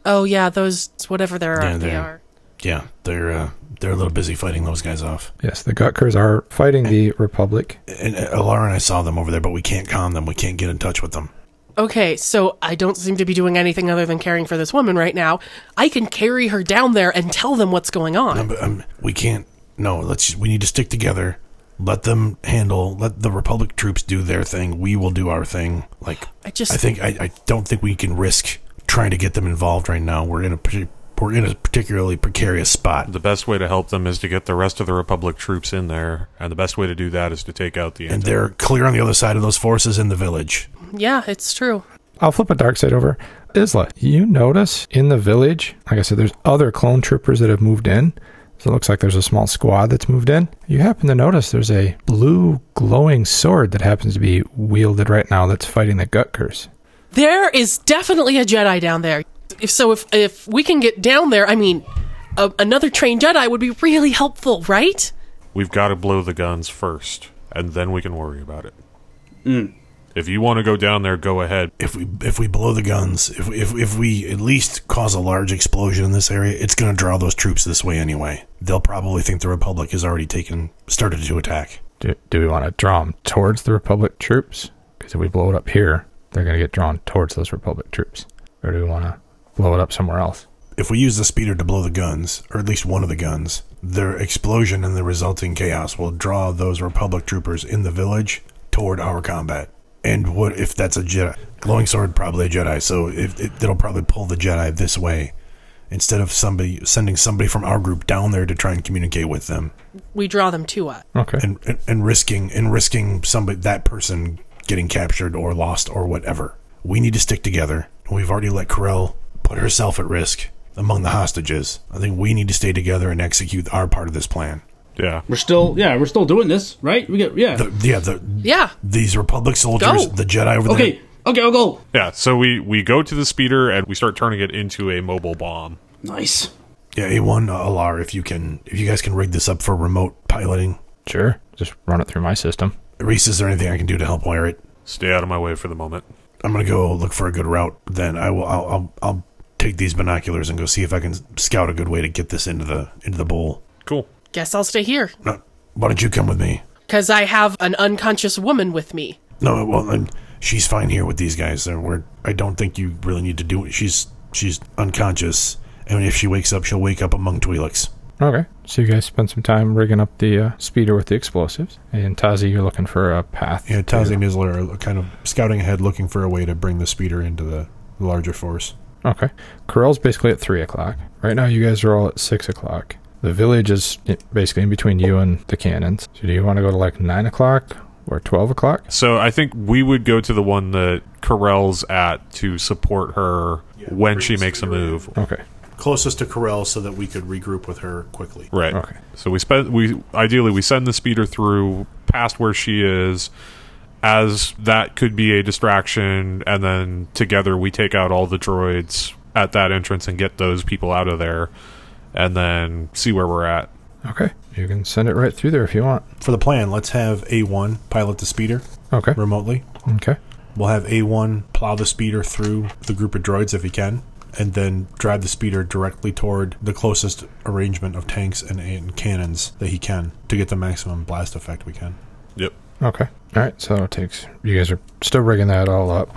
Speaker 4: Oh, yeah, those, whatever they are,
Speaker 6: Yeah,
Speaker 4: they
Speaker 6: they're-
Speaker 4: are.
Speaker 6: Yeah, they're uh, they're a little busy fighting those guys off.
Speaker 3: Yes, the gutkers are fighting the Republic.
Speaker 6: And uh, Alara and I saw them over there, but we can't calm them. We can't get in touch with them.
Speaker 4: Okay, so I don't seem to be doing anything other than caring for this woman right now. I can carry her down there and tell them what's going on.
Speaker 6: But, um, we can't. No, let's. We need to stick together. Let them handle. Let the Republic troops do their thing. We will do our thing. Like
Speaker 4: I just-
Speaker 6: I think. I, I don't think we can risk trying to get them involved right now. We're in a. partic- We're in a particularly precarious spot.
Speaker 12: The best way to help them is to get the rest of the Republic troops in there, and the best way to do that is to take out the.
Speaker 6: And they're clear on the other side of those forces in the village.
Speaker 4: Yeah, it's true.
Speaker 3: I'll flip a dark side over. Isla, you notice in the village, like I said, there's other clone troopers that have moved in. So it looks like there's a small squad that's moved in. You happen to notice there's a blue glowing sword that happens to be wielded right now that's fighting the gut curse.
Speaker 4: There is definitely a Jedi down there. If so, if if we can get down there, I mean, a, another trained Jedi would be really helpful, right?
Speaker 12: We've got to blow the guns first, and then we can worry about it. If you want to go down there, go ahead.
Speaker 6: If we if we blow the guns, if if if we at least cause a large explosion in this area, it's going to draw those troops this way anyway. They'll probably think the Republic has already taken started to attack.
Speaker 3: Do, do we want to draw them towards the Republic troops? Because if we blow it up here, they're going to get drawn towards those Republic troops. Or do we want to blow it up somewhere else?
Speaker 6: If we use the speeder to blow the guns, or at least one of the guns, their explosion and the resulting chaos will draw those Republic troopers in the village toward our combat. And what if that's a Jedi? Glowing sword, probably a Jedi. So if it, it'll probably pull the Jedi this way instead of somebody sending somebody from our group down there to try and communicate with them,
Speaker 4: We draw them to us.
Speaker 3: Okay.
Speaker 6: and and, and risking and risking somebody that person getting captured or lost or whatever. We need to stick together. We've already let Corell put herself at risk among the hostages. I think we need to stay together and execute our part of this plan.
Speaker 12: Yeah.
Speaker 10: We're still yeah, we're still doing this, right? We get yeah.
Speaker 6: Yeah, the,
Speaker 4: Yeah.
Speaker 6: these Republic
Speaker 10: Go.
Speaker 6: soldiers, the Jedi over there.
Speaker 10: Okay. Okay, I'll go.
Speaker 12: Yeah, so we, we go to the speeder and we start turning it into a mobile bomb.
Speaker 10: Nice.
Speaker 6: Yeah, A1 Alar, if you can, if you guys can rig this up for remote piloting.
Speaker 3: Sure. Just run it through my system.
Speaker 6: Reese, is there anything I can do to help wire it?
Speaker 12: Stay out of my way for the moment.
Speaker 6: I'm gonna go look for a good route. Then I will. I'll, I'll, I'll take these binoculars and go see if I can scout a good way to get this into the into the bowl.
Speaker 12: Cool.
Speaker 4: Guess I'll stay here
Speaker 6: No, why don't you come with me?
Speaker 4: because I have an unconscious woman with me.
Speaker 6: No, well, then she's fine here with these guys. There, we're. I don't think you really need to do it. She's she's unconscious, and if she wakes up, she'll wake up among Twi'leks.
Speaker 3: Okay. So you guys spend some time rigging up the uh, speeder with the explosives. And Tazi, you're looking for a path.
Speaker 14: Yeah, Tazi
Speaker 3: through.
Speaker 14: and Isla are kind of scouting ahead, looking for a way to bring the speeder into the larger force.
Speaker 3: Okay. Corell's basically at 3 o'clock. Right now, you guys are all at 6 o'clock. The village is i- basically in between you and the cannons. So do you want to go to like 9 o'clock or 12 o'clock?
Speaker 12: So I think we would go to the one that Corell's at to support her when she makes a move.
Speaker 3: Okay.
Speaker 6: Closest to Corell, so that we could regroup with her quickly.
Speaker 12: Right.
Speaker 3: Okay.
Speaker 12: So we spend we ideally we send the speeder through past where she is as that could be a distraction and then together we take out all the droids at that entrance and get those people out of there and then see where we're at.
Speaker 3: Okay. You can send it right through there if you want.
Speaker 6: For the plan, let's have A1 pilot the speeder.
Speaker 3: Okay.
Speaker 6: Remotely.
Speaker 3: Okay.
Speaker 6: We'll have A1 plow the speeder through the group of droids if he can, and then drive the speeder directly toward the closest arrangement of tanks and, and cannons that he can to get the maximum blast effect we can.
Speaker 12: Yep.
Speaker 3: Okay. All right. So it takes. You guys are still rigging that all up.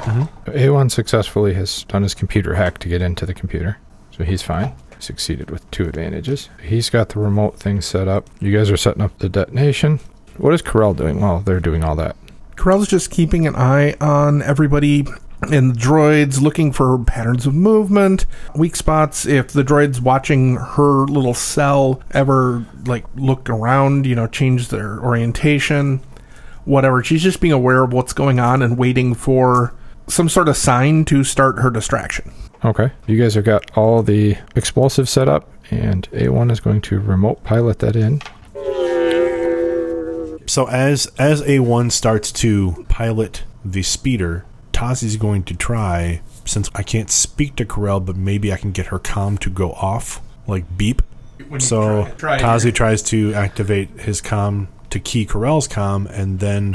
Speaker 3: A1 successfully has done his computer hack to get into the computer. So he's fine. Succeeded with two advantages. He's got the remote thing set up. You guys are setting up the detonation. What is Corel doing? Well, they're doing all that.
Speaker 11: Corell's just keeping an eye on everybody and the droids, looking for patterns of movement, weak spots. If the droids watching her little cell ever like look around, you know, change their orientation, whatever. She's just being aware of what's going on and waiting for some sort of sign to start her distraction.
Speaker 3: Okay. You guys have got all the explosive set up, and A1 is going to remote pilot that in.
Speaker 6: So as as A1 starts to pilot the speeder, Tazi's going to try since I can't speak to Corel, but maybe I can get her comm to go off, like beep.
Speaker 11: When you
Speaker 6: So
Speaker 11: try- try
Speaker 6: Tazi tries to activate his comm to key Corel's comm, and then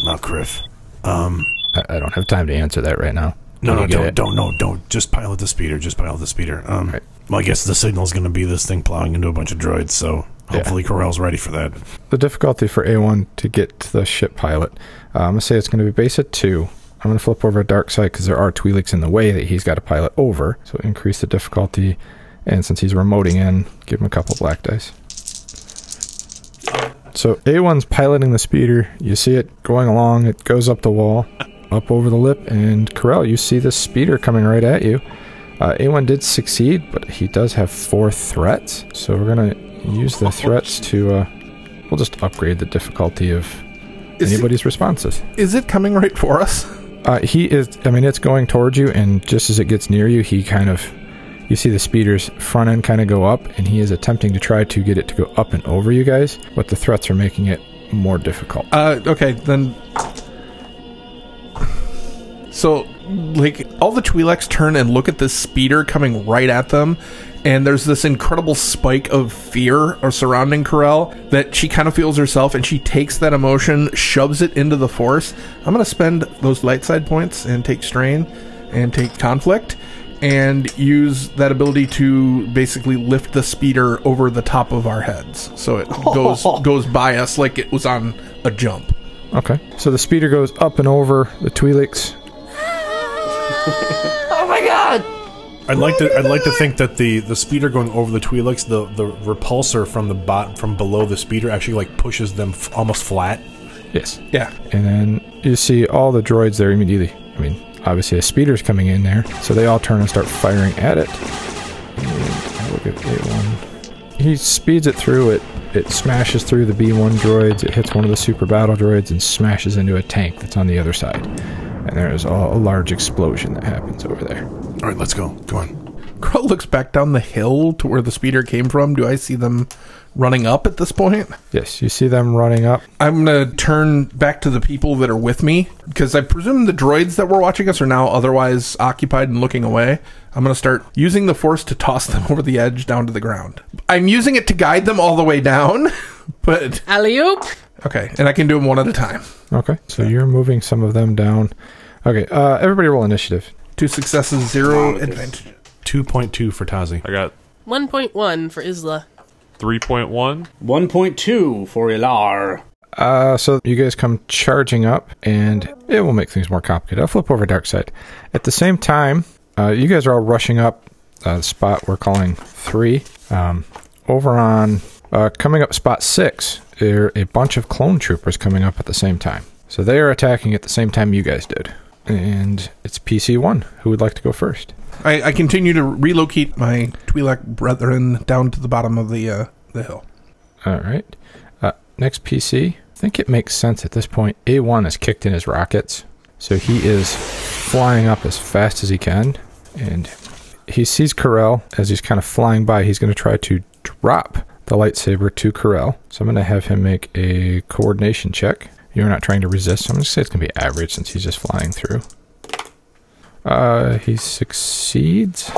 Speaker 13: Not Criff. Um,
Speaker 3: I, I don't have time to answer that right now.
Speaker 13: No,
Speaker 3: When
Speaker 13: no,
Speaker 3: you get
Speaker 13: don't,
Speaker 3: it.
Speaker 13: don't, no, don't. Just pilot the speeder. Just pilot the speeder. Um, well, I guess the signal's going to be this thing plowing into a bunch of droids. So hopefully Corel's ready for that.
Speaker 3: The difficulty for A1 to get to the ship pilot, uh, I'm going to say it's going to be base at 2. I'm going to flip over to dark side because there are Twi'leks in the way that he's got to pilot over. So increase the difficulty. And since he's remoting in, give him a couple black dice. So A1's piloting the speeder. You see it going along. It goes up the wall, up over the lip, and Corel, you see this speeder coming right at you. Uh, A1 did succeed, but he does have four threats. So we're gonna use the threats to. Uh, we'll just upgrade the difficulty of
Speaker 11: Is it-
Speaker 3: anybody's responses.
Speaker 11: Is it coming right for us?
Speaker 3: Uh, he is. I mean, it's going towards you, and just as it gets near you, he kind of. You see the speeder's front end kind of go up, and he is attempting to try to get it to go up and over you guys, but the threats are making it more difficult.
Speaker 11: Uh, okay, then. So, like, all the Twi'leks turn and look at this speeder coming right at them, and there's this incredible spike of fear or surrounding Corel that she kind of feels herself, and she takes that emotion, shoves it into the Force. I'm gonna spend those light side points and take strain, and take conflict, and use that ability to basically lift the speeder over the top of our heads, so it goes goes by us like it was on a jump.
Speaker 3: Okay. So the speeder goes up and over the Twi'leks.
Speaker 6: Oh my god! I'd like to I'd like to think that the the speeder going over the Twi'leks, the the repulsor from the bot from below the speeder actually like pushes them f- almost flat.
Speaker 3: Yes.
Speaker 11: Yeah.
Speaker 3: And then you see all the droids there immediately. I mean, obviously a speeder's coming in there, so they all turn and start firing at it. And I will give it one. He speeds it through. It it smashes through the B1 droids. It hits one of the super battle droids and smashes into a tank that's on the other side. And there is a, a large explosion that happens over there.
Speaker 13: All right, let's go. Go on.
Speaker 11: Crow looks back down the hill to where the speeder came from. Do I see them running up at this point?
Speaker 3: Yes, you see them running up.
Speaker 11: I'm going to turn back to the people that are with me because I presume the droids that were watching us are now otherwise occupied and looking away. I'm going to start using the force to toss them over the edge down to the ground. I'm using it to guide them all the way down, but.
Speaker 4: Alley oop!
Speaker 11: Okay, and I can do them one at a time.
Speaker 3: Okay, so you're moving some of them down. Okay, uh, everybody roll initiative.
Speaker 11: Two successes, zero advantage.
Speaker 6: Two point two for Tazi.
Speaker 12: I got
Speaker 4: 1.1 for Isla.
Speaker 12: 3.1.
Speaker 10: 1.2 for Ilar.
Speaker 3: Uh, so you guys come charging up, and it will make things more complicated. I'll flip over dark side. At the same time, uh, you guys are all rushing up uh, the spot we're calling three. Um, over on uh, coming up spot six, there are a bunch of clone troopers coming up at the same time. So they are attacking at the same time you guys did, and it's PC one. Who would like to go first?
Speaker 11: I, I continue to relocate my Twi'lek brethren down to the bottom of the uh, the hill.
Speaker 3: All right. Uh, next PC. I think it makes sense at this point. A1 has kicked in his rockets, so he is flying up as fast as he can, and he sees Corel as he's kind of flying by. He's going to try to drop the lightsaber to Corel. So I'm going to have him make a coordination check. You're not trying to resist, so I'm going to say it's going to be average since he's just flying through. Uh, he succeeds.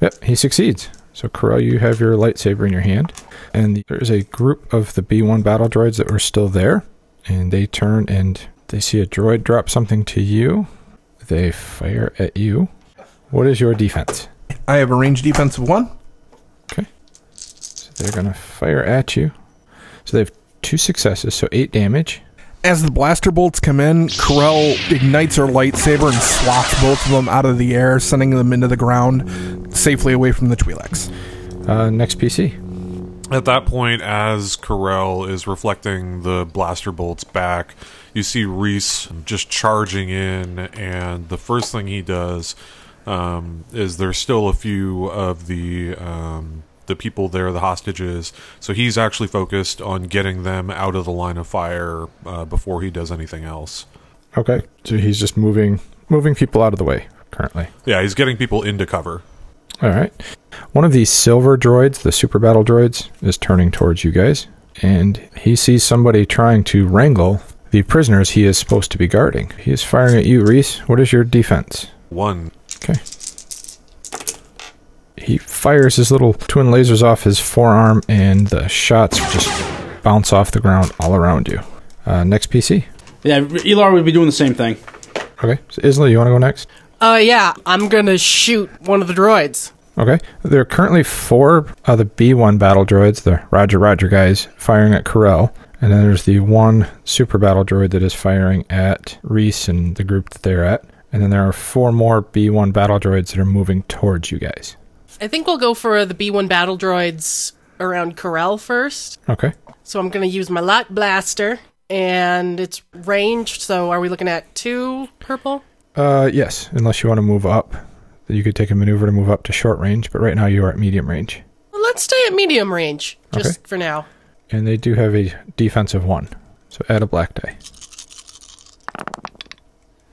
Speaker 3: Yep, he succeeds. So, Corell, you have your lightsaber in your hand, and there is a group of the B 1 battle droids that were still there, and they turn and they see a droid drop something to you. They fire at you. What is your defense?
Speaker 11: I have a range defense of one.
Speaker 3: So, they're going to fire at you. So, they have two successes, so eight damage.
Speaker 11: As the blaster bolts come in, Corell ignites her lightsaber and swats both of them out of the air, sending them into the ground safely away from the Twi'leks.
Speaker 3: Uh, next PC.
Speaker 12: At that point, as Corell is reflecting the blaster bolts back, you see Reese just charging in, and the first thing he does um, is there's still a few of the um, the people there, the hostages. So he's actually focused on getting them out of the line of fire uh, before he does anything else.
Speaker 3: Okay. So, he's just moving moving people out of the way currently.
Speaker 12: Yeah, he's getting people into cover.
Speaker 3: All right. One of these silver droids, the super battle droids, is turning towards you guys, and he sees somebody trying to wrangle the prisoners he is supposed to be guarding. He is firing at you, Reese. What is your defense?
Speaker 12: One.
Speaker 3: Okay. He fires his little twin lasers off his forearm, and the shots just bounce off the ground all around you. Uh, next PC.
Speaker 10: Yeah, Elar would be doing the same thing.
Speaker 3: Okay. So, Isla, you want to go next?
Speaker 4: Uh, yeah, I'm gonna shoot one of the droids.
Speaker 3: Okay. There are currently four of the B1 battle droids, the Roger Roger guys, firing at Corell. And then there's the one super battle droid that is firing at Reese and the group that they're at. And then there are four more B1 battle droids that are moving towards you guys.
Speaker 4: I think we'll go for the B1 battle droids around Corel first.
Speaker 3: Okay.
Speaker 4: So I'm gonna use my light blaster, and it's ranged. So are we looking at two purple?
Speaker 3: Uh, yes, unless you want to move up. You could take a maneuver to move up to short range, but right now you are at medium range.
Speaker 4: Well, let's stay at medium range just for now.
Speaker 3: And they do have a defense of one. So add a black die.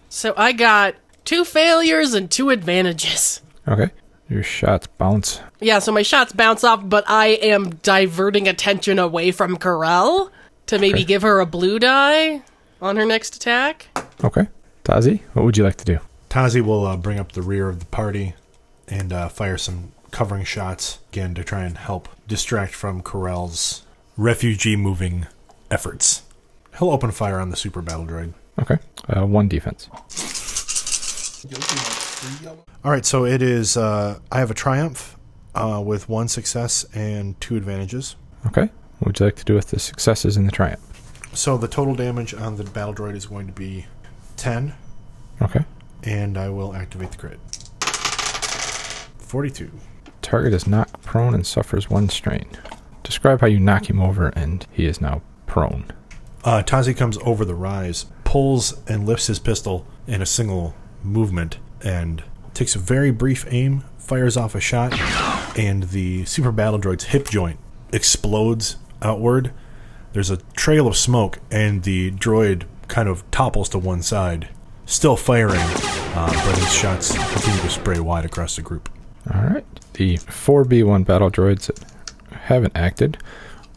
Speaker 4: So I got two failures and two advantages.
Speaker 3: Okay. Your shots bounce.
Speaker 4: Yeah, so my shots bounce off, but I am diverting attention away from Corel to maybe
Speaker 3: Okay.
Speaker 4: give her a blue die on her next attack.
Speaker 3: Okay. Tazi, what would you like to do?
Speaker 6: Tazi will uh, bring up the rear of the party and uh, fire some covering shots again to try and help distract from Corell's refugee moving efforts. He'll open fire on the super battle droid.
Speaker 3: Okay. Uh, one defense.
Speaker 6: All right, so it is. Uh, I have a triumph uh, with one success and two advantages.
Speaker 3: Okay. What would you like to do with the successes and the triumph?
Speaker 6: So the total damage on the battle droid is going to be ten.
Speaker 3: Okay.
Speaker 6: And I will activate the crit. Forty-two.
Speaker 3: Target is knocked prone and suffers one strain. Describe how you knock him over and he is now prone.
Speaker 6: Uh, Tazi comes over the rise, pulls and lifts his pistol in a single movement, and takes a very brief aim, fires off a shot, and the super battle droid's hip joint explodes outward. There's a trail of smoke, and the droid kind of topples to one side, still firing, uh, but his shots continue to spray wide across the group.
Speaker 3: All right. The 4B1 battle droids that haven't acted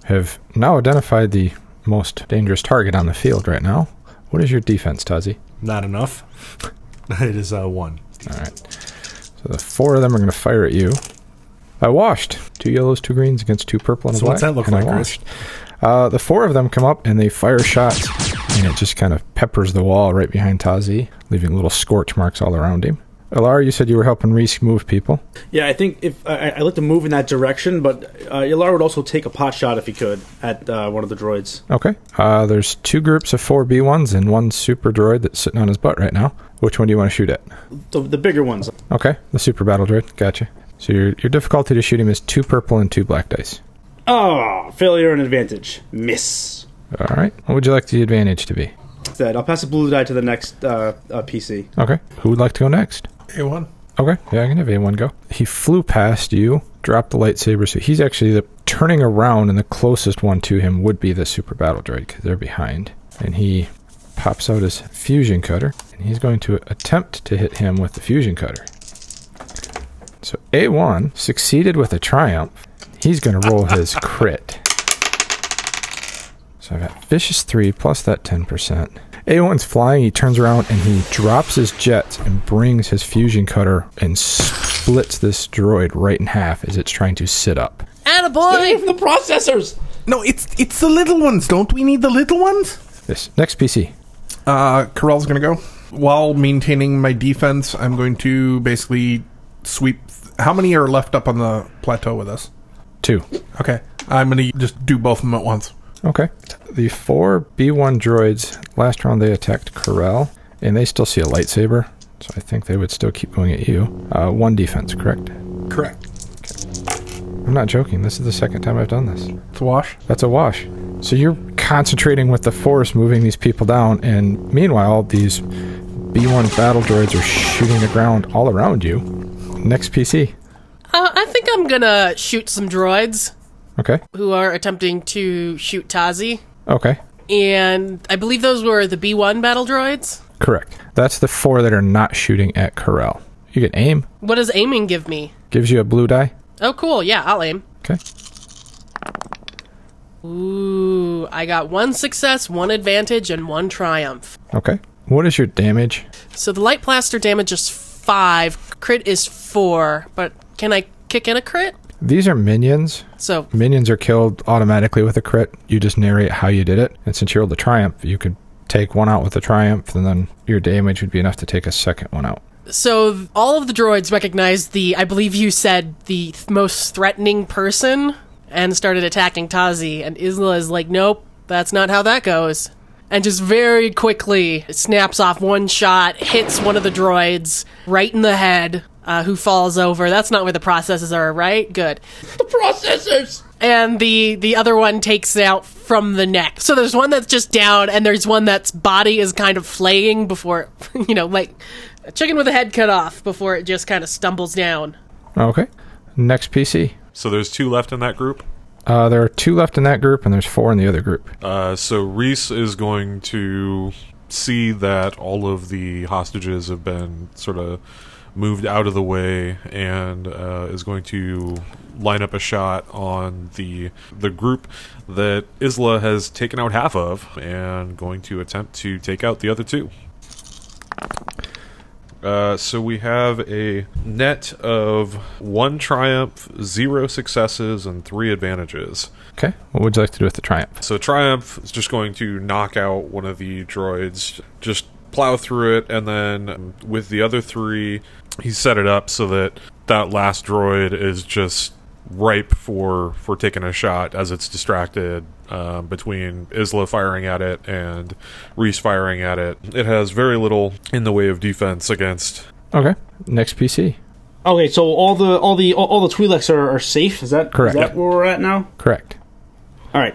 Speaker 3: have now identified the most dangerous target on the field right now. What is your defense, Tazi?
Speaker 6: Not enough. it is uh, one.
Speaker 3: All right. So the four of them are going to fire at you. I washed two yellows, two greens against two purple and a
Speaker 6: So
Speaker 3: black.
Speaker 6: what's that look
Speaker 3: and I
Speaker 6: like, Chris?
Speaker 3: washed. Uh, the four of them come up and they fire shots, and it just kind of peppers the wall right behind Tazi, leaving little scorch marks all around him. Alara, you said you were helping Reese move people.
Speaker 10: Yeah, I think if I, I- I like to move in that direction, but uh, Ilar would also take a pot shot if he could at uh, one of the droids.
Speaker 3: Okay. Uh, there's two groups of four B1s and one super droid that's sitting on his butt right now. Which one do you want to shoot at?
Speaker 10: The, the bigger ones.
Speaker 3: Okay, the super battle droid. Gotcha. So your, your difficulty to shoot him is two purple and two black dice.
Speaker 10: Oh, failure and advantage. Miss.
Speaker 3: All right. What would you like the advantage to be?
Speaker 10: That I'll pass a blue die to the next uh, uh, PC.
Speaker 3: Okay. Who would like to go next?
Speaker 11: A1.
Speaker 3: Okay. Yeah, I can have A1 go. He flew past you, dropped the lightsaber, so he's actually the, turning around, and the closest one to him would be the super battle droid because they're behind. And he pops out his fusion cutter, and he's going to attempt to hit him with the fusion cutter. So A1 succeeded with a triumph. He's going to roll his crit. So I've got vicious three plus that ten percent. A1's flying. He turns around and he drops his jets and brings his fusion cutter and s- slits this droid right in half as it's trying to sit up.
Speaker 4: Attaboy!
Speaker 10: from the processors!
Speaker 5: No, it's it's the little ones. Don't we need the little ones?
Speaker 3: This next PC.
Speaker 11: Uh, Corell's going to go. While maintaining my defense, I'm going to basically sweep. How many are left up on the plateau with us?
Speaker 3: Two.
Speaker 11: Okay. I'm going to just do both of them at once.
Speaker 3: Okay. The four B1 droids, last round they attacked Corell, and they still see a lightsaber, so I think they would still keep going at you. Uh, one defense, correct?
Speaker 11: Correct.
Speaker 3: I'm not joking. This is the second time I've done this.
Speaker 11: It's a wash.
Speaker 3: That's a wash. So you're concentrating with the force, moving these people down, and meanwhile, these B1 battle droids are shooting the ground all around you. Next PC.
Speaker 4: Uh, I think I'm gonna shoot some droids
Speaker 3: Okay.
Speaker 4: who are attempting to shoot Tazi.
Speaker 3: Okay.
Speaker 4: And I believe those were the B1 battle droids.
Speaker 3: Correct. That's the four that are not shooting at Corell. You can aim.
Speaker 4: What does aiming give me?
Speaker 3: Gives you a blue die.
Speaker 4: Oh, cool. Yeah, I'll aim.
Speaker 3: Okay.
Speaker 4: Ooh, I got one success, one advantage, and one triumph.
Speaker 3: Okay. What is your damage?
Speaker 4: So the light plaster damage is five, crit is four, but can I kick in a crit?
Speaker 3: These are minions.
Speaker 4: So
Speaker 3: Minions are killed automatically with a crit. You just narrate how you did it. And since you rolled a triumph, you could take one out with a triumph, and then your damage would be enough to take a second one out.
Speaker 4: So th- all of the droids recognized the, I believe you said, the th- most threatening person and started attacking Tazi. And Isla is like, nope, that's not how that goes. And just very quickly snaps off one shot, hits one of the droids right in the head, uh, who falls over. That's not where the processes are, right? Good. The processors! And the, the other one takes out from the neck. So there's one that's just down, and there's one that's body is kind of flaying before, you know, like a chicken with a head cut off before it just kind of stumbles down.
Speaker 3: Okay. Next PC.
Speaker 12: So there's two left in that group.
Speaker 3: Uh, there are two left in that group, and there's four in the other group.
Speaker 12: Uh, so Reese is going to see that all of the hostages have been sort of moved out of the way, and uh, is going to line up a shot on the the group that Isla has taken out half of, and going to attempt to take out the other two. Uh, so we have a net of one triumph, zero successes, and three advantages.
Speaker 3: Okay. What would you like to do with the triumph?
Speaker 12: So Triumph is just going to knock out one of the droids, just plow through it, and then um, with the other three, he set it up so that that last droid is just ripe for for taking a shot as it's distracted um, between Isla firing at it and Reese firing at it. It has very little in the way of defense against.
Speaker 3: Okay. Next PC.
Speaker 10: Okay, so all the all the all, all the Twi'leks are, are safe. Is that
Speaker 3: Correct.
Speaker 10: Is that where we're at now?
Speaker 3: Correct.
Speaker 10: All right,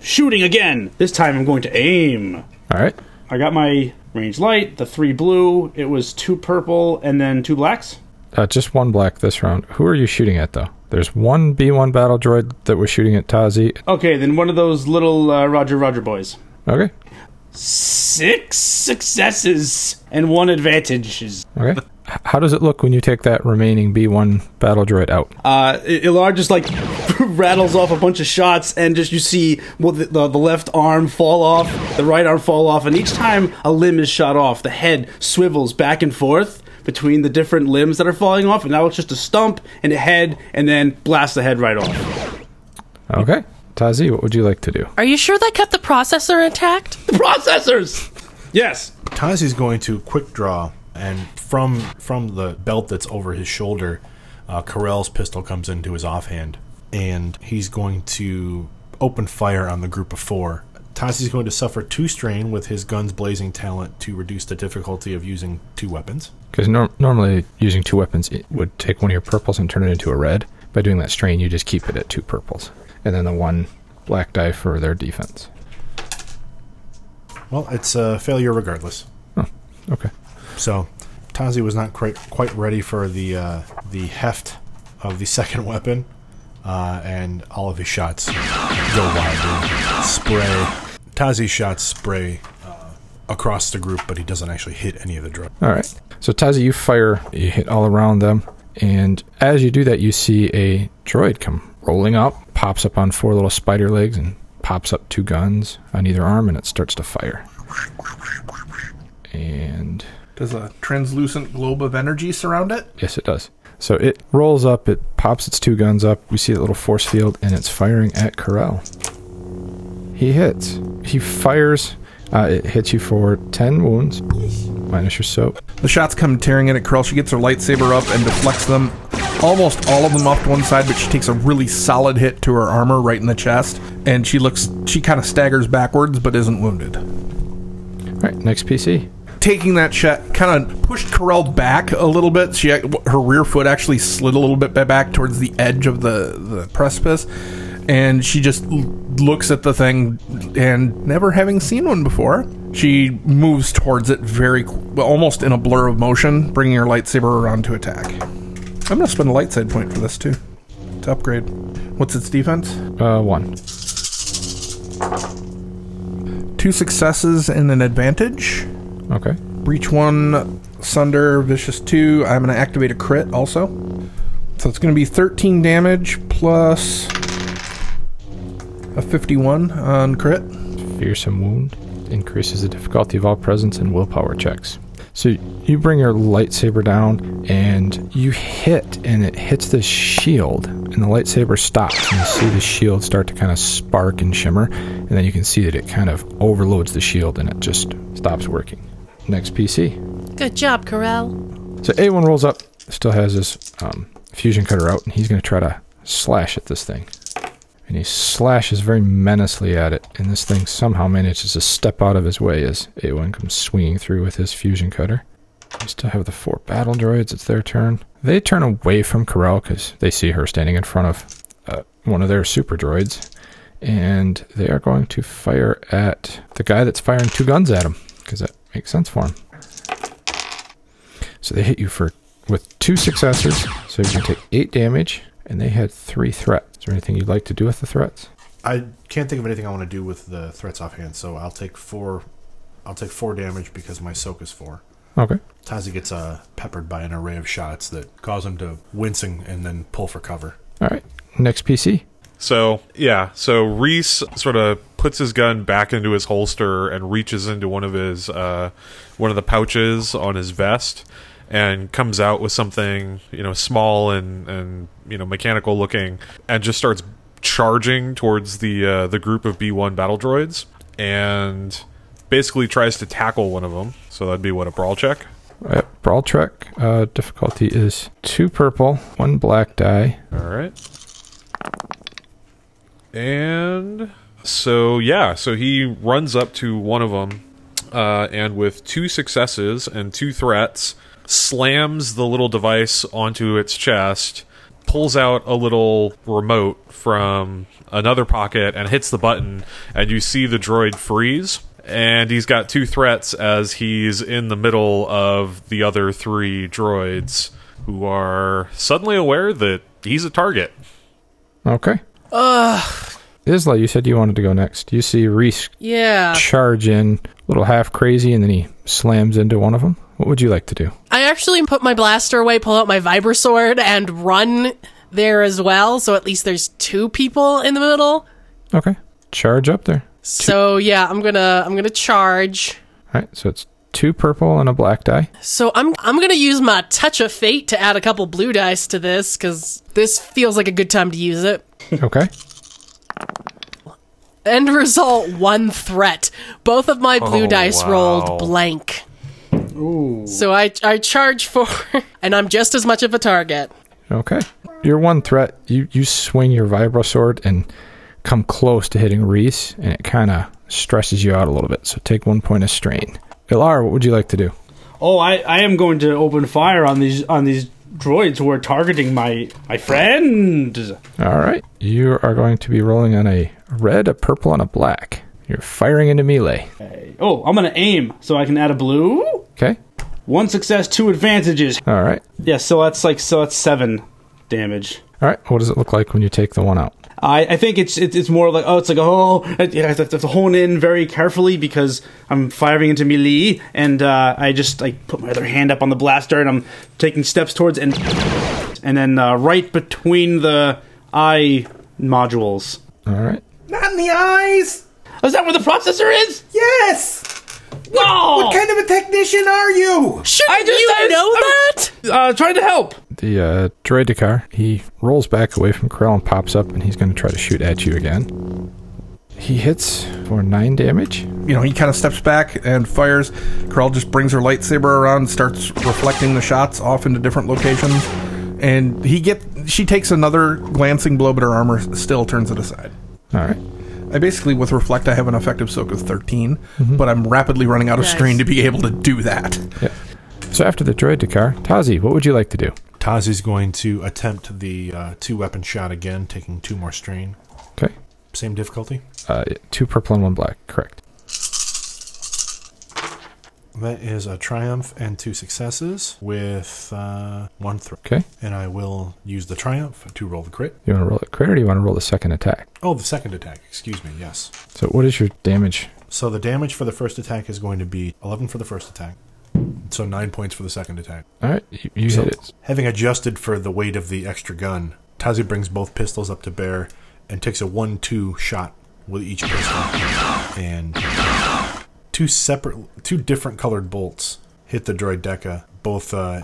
Speaker 10: shooting again. This time I'm going to aim.
Speaker 3: All right.
Speaker 10: I got my range light, the three blue. It was two purple and then two blacks.
Speaker 3: Uh, just one black this round. Who are you shooting at, though? There's one B1 battle droid that was shooting at Tazi.
Speaker 10: Okay, then one of those little uh, Roger Roger boys.
Speaker 3: Okay.
Speaker 10: Six successes and one advantage.
Speaker 3: Okay. H- How does it look when you take that remaining B1 battle droid out?
Speaker 10: Uh, I- Ilar just like rattles off a bunch of shots, and just you see well, the, the, the left arm fall off, the right arm fall off, and each time a limb is shot off, the head swivels back and forth between the different limbs that are falling off, and now it's just a stump and a head, and then blast the head right off.
Speaker 3: Okay. Tazi, what would you like to do?
Speaker 4: Are you sure that kept the processor intact? The
Speaker 10: processors! Yes.
Speaker 6: Tazi's going to quick draw, and from from the belt that's over his shoulder, uh, Corell's pistol comes into his offhand, and he's going to open fire on the group of four. Tazi's going to suffer two strain with his gun's blazing talent to reduce the difficulty of using two weapons.
Speaker 3: Because nor- normally using two weapons it would take one of your purples and turn it into a red. By doing that strain, you just keep it at two purples. And then the one black die for their defense.
Speaker 6: Well, it's a failure regardless.
Speaker 3: okay.
Speaker 6: So, Tazi was not quite quite ready for the uh, the heft of the second weapon, uh, and all of his shots go wide. Spray. Tazi's shots spray uh, across the group, but he doesn't actually hit any of the drugs.
Speaker 3: All right. So Tazi, you fire, you hit all around them, and as you do that, you see a droid come rolling up, pops up on four little spider legs, and pops up two guns on either arm, and it starts to fire. And
Speaker 11: Does a translucent globe of energy surround it?
Speaker 3: yes, it does. So it rolls up, it pops its two guns up. We see a little force field, and it's firing at Corell. He hits. He fires. Uh, it hits you for 10 wounds, minus your soap.
Speaker 11: The shots come tearing in at Krell. She gets her lightsaber up and deflects them, almost all of them off to one side, but she takes a really solid hit to her armor right in the chest, and she looks, she kind of staggers backwards, but isn't wounded.
Speaker 3: All right, next PC.
Speaker 11: Taking that shot kind of pushed Corell back a little bit. She her rear foot actually slid a little bit back towards the edge of the, the precipice, and she just l- looks at the thing and never having seen one before, she moves towards it very qu- almost in a blur of motion, bringing her lightsaber around to attack. I'm gonna spend a light side point for this too to upgrade. What's its defense?
Speaker 3: Uh, one.
Speaker 11: Two successes and an advantage.
Speaker 3: Okay.
Speaker 11: Breach one, Sunder, Vicious two. I'm going to activate a crit also. So it's going to be 13 damage plus a 51 on crit.
Speaker 3: Fearsome wound increases the difficulty of all presence and willpower checks. So you bring your lightsaber down and you hit, and it hits the shield, and the lightsaber stops. And you see the shield start to kind of spark and shimmer, and then you can see that it kind of overloads the shield and it just stops working. Next PC.
Speaker 4: Good job, Corral.
Speaker 3: So A1 rolls up, still has his um, fusion cutter out, and he's going to try to slash at this thing. And he slashes very menacingly at it, and this thing somehow manages to step out of his way as A1 comes swinging through with his fusion cutter. We still have the four battle droids. It's their turn. They turn away from Corel because they see her standing in front of uh, one of their super droids, and they are going to fire at the guy that's firing two guns at him because that makes sense for him. So they hit you for with two successes, so you can take eight damage, and they had three threats. Is there anything you'd like to do with the threats?
Speaker 6: I can't think of anything I want to do with the threats offhand, so I'll take four. I'll take four damage because my soak is four.
Speaker 3: Okay.
Speaker 6: Tazi gets uh, peppered by an array of shots that cause him to wincing and then pull for cover.
Speaker 3: All right. Next PC.
Speaker 12: So yeah, so Reese sort of puts his gun back into his holster and reaches into one of his uh, one of the pouches on his vest and comes out with something you know small and and you know mechanical looking and just starts charging towards the uh, the group of B one battle droids and basically tries to tackle one of them. So that'd be what a brawl check.
Speaker 3: Uh, brawl trek. Uh, difficulty is two purple, one black die.
Speaker 12: All right. And so yeah, so he runs up to one of them, uh, and with two successes and two threats, slams the little device onto its chest, pulls out a little remote from another pocket, and hits the button, and you see the droid freeze. And he's got two threats as he's in the middle of the other three droids who are suddenly aware that he's a target.
Speaker 3: Okay.
Speaker 4: Ugh.
Speaker 3: Isla, you said you wanted to go next. You see Reese
Speaker 4: Yeah.
Speaker 3: charge in, a little half crazy, and then he slams into one of them. What would you like to do?
Speaker 4: I actually put my blaster away, pull out my vibra sword, and run there as well. So at least there's two people in the middle.
Speaker 3: Okay. Charge up there.
Speaker 4: So yeah, I'm gonna I'm gonna charge.
Speaker 3: All right. So it's two purple and a black die.
Speaker 4: So I'm I'm gonna use my touch of fate to add a couple blue dice to this because this feels like a good time to use it.
Speaker 3: Okay.
Speaker 4: End result one threat. Both of my blue
Speaker 15: Oh,
Speaker 4: dice
Speaker 15: wow.
Speaker 4: rolled blank. Ooh. So I I charge for, and I'm just as much of a target.
Speaker 3: Okay. Your one threat, you, you swing your vibro sword and come close to hitting Reese, and it kind of stresses you out a little bit. So take one point of strain. Ilar, what would you like to do?
Speaker 10: Oh, I, I am going to open fire on these on these droids who are targeting my my friend.
Speaker 3: All right. You are going to be rolling on a red, a purple, and a black. You're firing into melee.
Speaker 10: Oh, I'm gonna aim so I can add a blue.
Speaker 3: Okay.
Speaker 10: One success, two advantages.
Speaker 3: All right.
Speaker 10: Yeah, so that's like so that's seven damage.
Speaker 3: All right. What does it look like when you take the one out?
Speaker 10: I, I think it's it's it's more like oh it's like oh I I have to hone in very carefully because I'm firing into melee and uh, I just like put my other hand up on the blaster and I'm taking steps towards and and then uh, right between the eye modules.
Speaker 3: All right.
Speaker 5: Not in the eyes!
Speaker 10: Is that where the processor is?
Speaker 5: Yes!
Speaker 10: No!
Speaker 5: What kind of a technician are you?
Speaker 4: Shouldn't
Speaker 10: I just, you I, know that? Uh, trying to help.
Speaker 3: The uh, droid Dakar, he rolls back away from Krell and pops up, and he's going to try to shoot at you again. He hits for nine damage.
Speaker 11: You know, he kind of steps back and fires. Krell just brings her lightsaber around, starts reflecting the shots off into different locations, and he get she takes another glancing blow, but her armor still turns it aside.
Speaker 3: All right.
Speaker 11: I basically, with reflect, I have an effective soak of 13, but I'm rapidly running out of
Speaker 4: Nice.
Speaker 11: strain to be able to do that.
Speaker 3: Yeah. So after the droid Dakar, Tazi, what would you like to do?
Speaker 6: Tazi's going to attempt the uh, two weapon shot again, taking two more strain.
Speaker 3: Okay.
Speaker 6: Same difficulty.
Speaker 3: Uh, two purple and one black, correct.
Speaker 6: That is a triumph and two successes with uh, one throw.
Speaker 3: Okay.
Speaker 6: And I will use the triumph to roll the crit.
Speaker 3: You want to roll a crit or do you want to roll the second attack?
Speaker 6: Oh, the second attack. Excuse me. Yes.
Speaker 3: So what is your damage?
Speaker 6: So the damage for the first attack is going to be 11 for the first attack. So 9 points for the second attack.
Speaker 3: All right, you, you
Speaker 6: So,
Speaker 3: hit it.
Speaker 6: Having adjusted for the weight of the extra gun, Tazi brings both pistols up to bear and takes a 1 2 shot with each pistol. And two separate, two different colored bolts hit the droid Deca, both uh,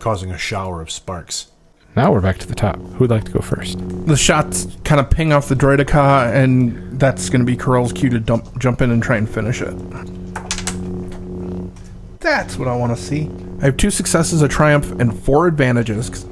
Speaker 6: causing a shower of sparks.
Speaker 3: Now we're back to the top. Who would like to go first?
Speaker 11: The shots kind of ping off the droidaka, and that's going to be Corell's cue to dump, jump in and try and finish it. That's what I want to see. I have two successes, a triumph, and four advantages.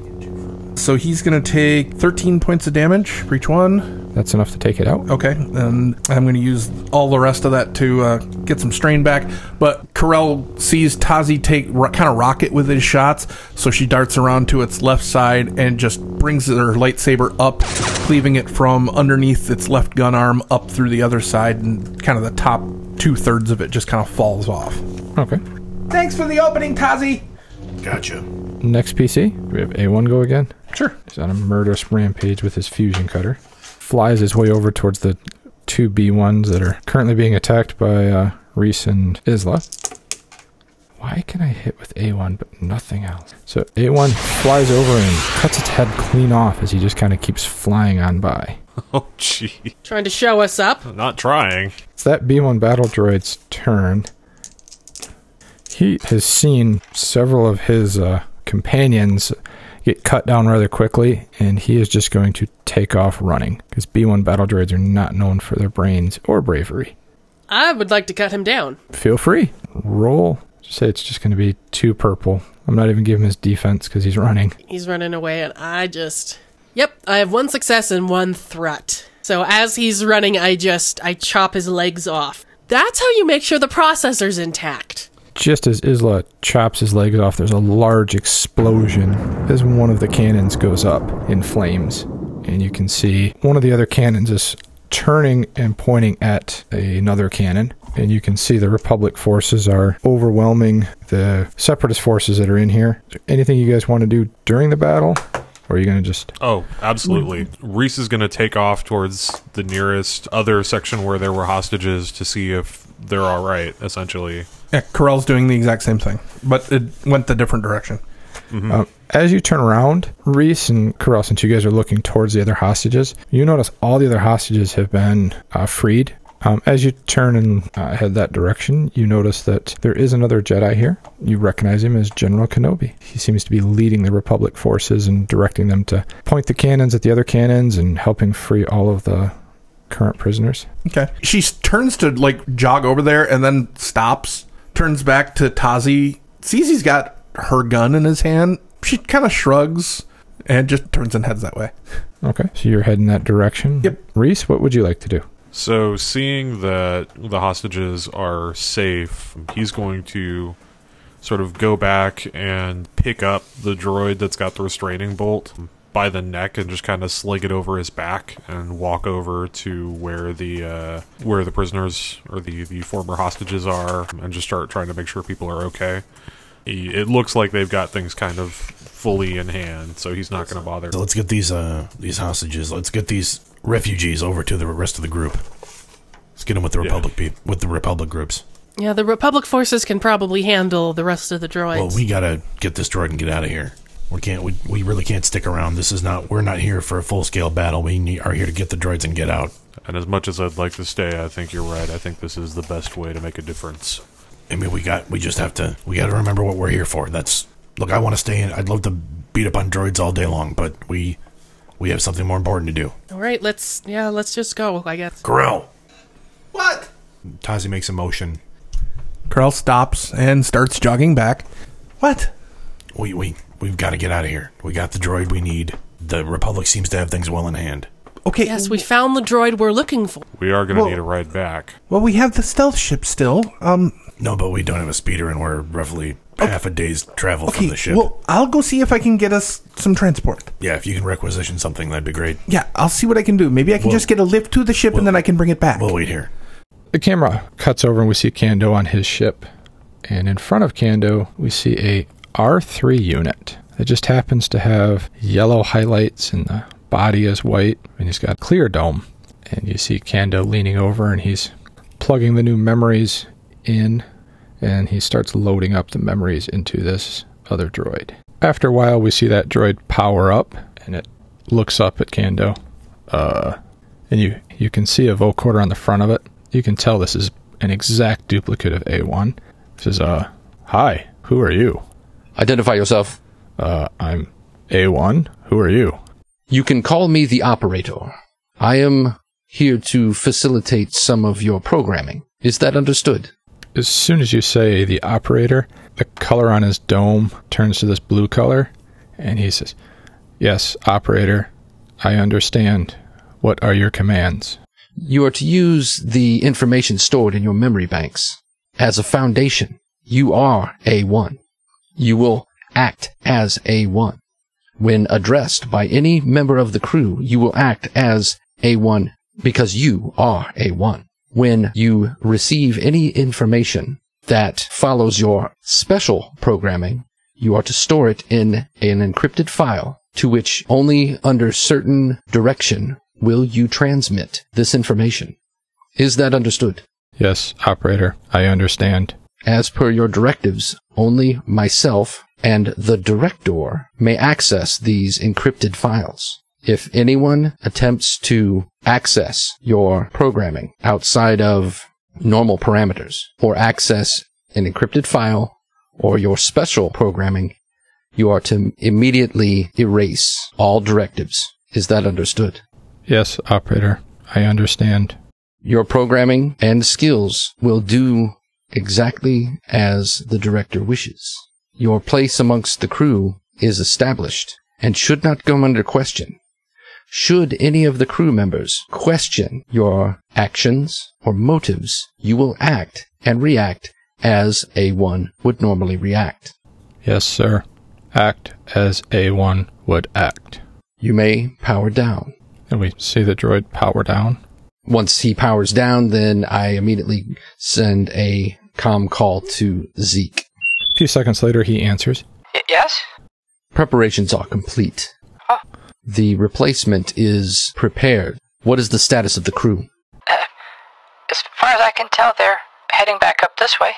Speaker 11: So he's going to take 13 points of damage for each one.
Speaker 3: That's enough to take it out.
Speaker 11: Okay, and I'm going to use all the rest of that to uh, get some strain back. But Corell sees Tazi take ro- kind of rocket with his shots, so she darts around to its left side and just brings her lightsaber up, cleaving it from underneath its left gun arm up through the other side, and kind of the top two thirds of it just kind of falls off.
Speaker 3: Okay.
Speaker 11: Thanks for the opening, Tazi.
Speaker 6: Gotcha.
Speaker 3: Next PC, we have A1 go again.
Speaker 11: Sure.
Speaker 3: He's on a murderous rampage with his fusion cutter. Flies his way over towards the two B1s that are currently being attacked by uh, Reese and Isla. Why can I hit with A1 but nothing else? So A1 flies over and cuts its head clean off as he just kind of keeps flying on by.
Speaker 12: Oh, gee.
Speaker 4: Trying to show us up.
Speaker 12: Not trying.
Speaker 3: It's that B1 battle droid's turn. He has seen several of his uh, companions get cut down rather quickly, and he is just going to take off running because B1 battle droids are not known for their brains or bravery.
Speaker 4: I would like to cut him down.
Speaker 3: Feel free. Roll. Just say it's just going to be two purple. I'm not even giving him his defense because he's running.
Speaker 4: He's running away, and I just. Yep, I have one success and one threat. So as he's running, I just I chop his legs off. That's how you make sure the processor's intact.
Speaker 3: Just as Isla chops his legs off, there's a large explosion as one of the cannons goes up in flames. And you can see one of the other cannons is turning and pointing at another cannon. And you can see the Republic forces are overwhelming the Separatist forces that are in here. Is there anything you guys want to do during the battle? Or are you going to just.
Speaker 12: Oh, absolutely. Reese is going to take off towards the nearest other section where there were hostages to see if they're all right, essentially.
Speaker 11: Yeah, Corell's doing the exact same thing, but it went the different direction.
Speaker 3: Uh, as you turn around, Reese and Corral, since you guys are looking towards the other hostages, you notice all the other hostages have been uh, freed. Um, as you turn and uh, head that direction, you notice that there is another Jedi here. You recognize him as General Kenobi. He seems to be leading the Republic forces and directing them to point the cannons at the other cannons and helping free all of the current prisoners.
Speaker 11: Okay. She s- turns to like jog over there and then stops, turns back to Tazi. Sees he's got her gun in his hand. She kind of shrugs and just turns and heads that way.
Speaker 3: Okay, so you're heading that direction. Yep. Reese, what would you like to do?
Speaker 12: So, seeing that the hostages are safe, he's going to sort of go back and pick up the droid that's got the restraining bolt by the neck and just kind of sling it over his back and walk over to where the uh, where the prisoners or the the former hostages are and just start trying to make sure people are okay. He, it looks like they've got things kind of fully in hand, so he's not going to bother.
Speaker 13: So let's get these uh these hostages. Let's get these refugees over to the rest of the group. Let's get them with the Republic peop with the Republic groups.
Speaker 4: Yeah, the Republic forces can probably handle the rest of the droids.
Speaker 13: Well, we gotta get this droid and get out of here. We can't. We, we really can't stick around. This is not. We're not here for a full scale battle. We need, are here to get the droids and get out.
Speaker 12: And as much as I'd like to stay, I think you're right. I think this is the best way to make a difference.
Speaker 13: I mean, we got we just have to we got to remember what we're here for. That's look, I want to stay in. I'd love to beat up on droids all day long, but we we have something more important to do.
Speaker 4: All right, let's yeah, let's just go. I guess.
Speaker 13: Grill.
Speaker 5: What?
Speaker 13: Tazi makes a motion.
Speaker 11: Carl stops and starts jogging back. What?
Speaker 13: We we we've got to get out of here. We got the droid we need. The Republic seems to have things well in hand.
Speaker 11: Okay.
Speaker 4: Yes, we found the droid we're looking for.
Speaker 12: We are
Speaker 13: gonna
Speaker 11: Well-
Speaker 13: need a ride back.
Speaker 11: Well, we have the stealth ship still. Um.
Speaker 13: No, but we don't have a speeder, and we're roughly half a day's travel from
Speaker 11: Okay.
Speaker 13: the ship.
Speaker 11: Well, I'll go see if I can get us some transport.
Speaker 13: yeah, if you can requisition something, that'd be great.
Speaker 11: Yeah, I'll see what I can do. Maybe I can
Speaker 13: Well-
Speaker 11: just get a lift to the ship and then I can bring it back.
Speaker 13: We'll wait here.
Speaker 3: The camera cuts over and we see Kando on his ship. And in front of Kando, we see a R3 unit that just happens to have yellow highlights and the body is white and he's got a clear dome. And you see Kando leaning over and he's plugging the new memories in and he starts loading up the memories into this other droid. After a while, we see that droid power up and it looks up at Kando. Uh, and you you can see a vocorder on the front of it. You can tell this is an exact duplicate of A1. It says, uh, hi, who are you?
Speaker 7: Identify yourself.
Speaker 3: Uh, I'm A1. Who are you?
Speaker 7: You can call me the operator. I am here to facilitate some of your programming. Is that understood?
Speaker 3: As soon as you say the operator, the color on his dome turns to this blue color, and he says, yes, operator, I understand. What are your commands?
Speaker 7: You are to use the information stored in your memory banks as a foundation. You are A1. You will act as A1. When addressed by any member of the crew, you will act as A1 because you are A1. When you receive any information that follows your special programming, you are to store it in an encrypted file to which only under certain direction will you transmit this information. Is that understood?
Speaker 3: Yes, operator, I understand.
Speaker 7: As per your directives, only myself and the director may access these encrypted files. If anyone attempts to access your programming outside of normal parameters or access an encrypted file or your special programming, you are to immediately erase all directives. Is that understood?
Speaker 3: Yes, operator, I understand.
Speaker 7: Your programming and skills will do exactly as the director wishes. Your place amongst the crew is established and should not come under question. Should any of the crew members question your actions or motives, you will act and react as A1 would normally react.
Speaker 3: Yes, sir. Act as A1 would act.
Speaker 7: You may power down.
Speaker 3: And we see the droid power down.
Speaker 7: Once he powers down, then I immediately send a com call to Zeke.
Speaker 3: A few seconds later, he answers.
Speaker 15: yes?
Speaker 7: Preparations are complete. The replacement is prepared. What is the status of the crew?
Speaker 15: As far as I can tell, they're heading back up this way.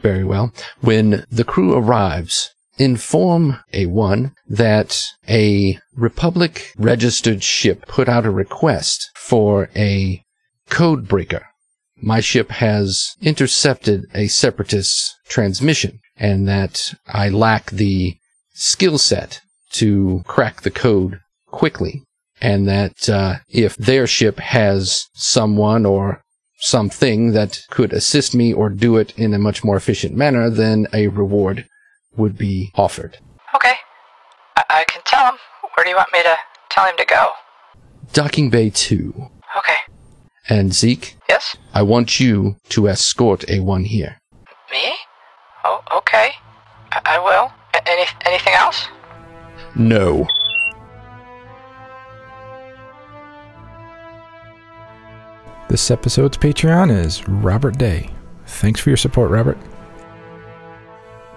Speaker 7: Very well. When the crew arrives, inform A1 that a Republic registered ship put out a request for a code breaker. My ship has intercepted a separatist transmission and that I lack the skill set to crack the code quickly. And that uh, if their ship has someone or something that could assist me or do it in a much more efficient manner, then a reward would be offered.
Speaker 15: Okay. I, I can tell him. Where do you want me to tell him to go?
Speaker 7: Docking Bay 2.
Speaker 15: Okay.
Speaker 7: And Zeke?
Speaker 15: Yes?
Speaker 7: I want you to escort A1 here.
Speaker 15: Me? Oh, okay. I, I will. A- any, anything else?
Speaker 7: No.
Speaker 3: This episode's Patreon is Robert Day. Thanks for your support, Robert.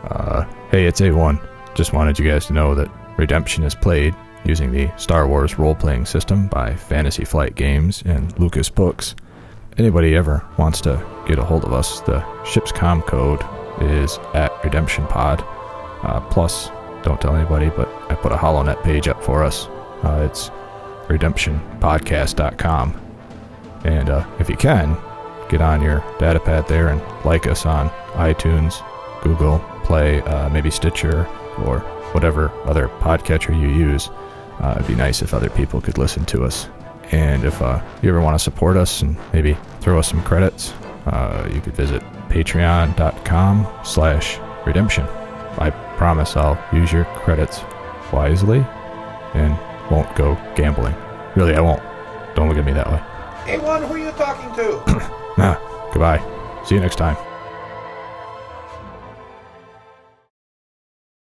Speaker 16: Uh, hey, it's A1. Just wanted you guys to know that Redemption is played using the Star Wars role playing system by Fantasy Flight Games and Lucas Books. Anybody ever wants to get a hold of us, the ship's com code is at Redemption Pod. Uh, plus, don't tell anybody, but I put a HoloNet page up for us. Uh, it's redemptionpodcast.com. And uh, if you can, get on your datapad there and like us on
Speaker 3: iTunes, Google Play, uh, maybe Stitcher, or whatever other podcatcher you use. Uh, it'd be nice if other people could listen to us. And if uh, you ever want to support us and maybe throw us some credits, uh, you could visit patreon.com slash redemption. I promise I'll use your credits wisely and won't go gambling. Really, I won't. Don't look at me that way.
Speaker 11: Hey, one, who are you talking to?
Speaker 3: Nah, goodbye. See you next time.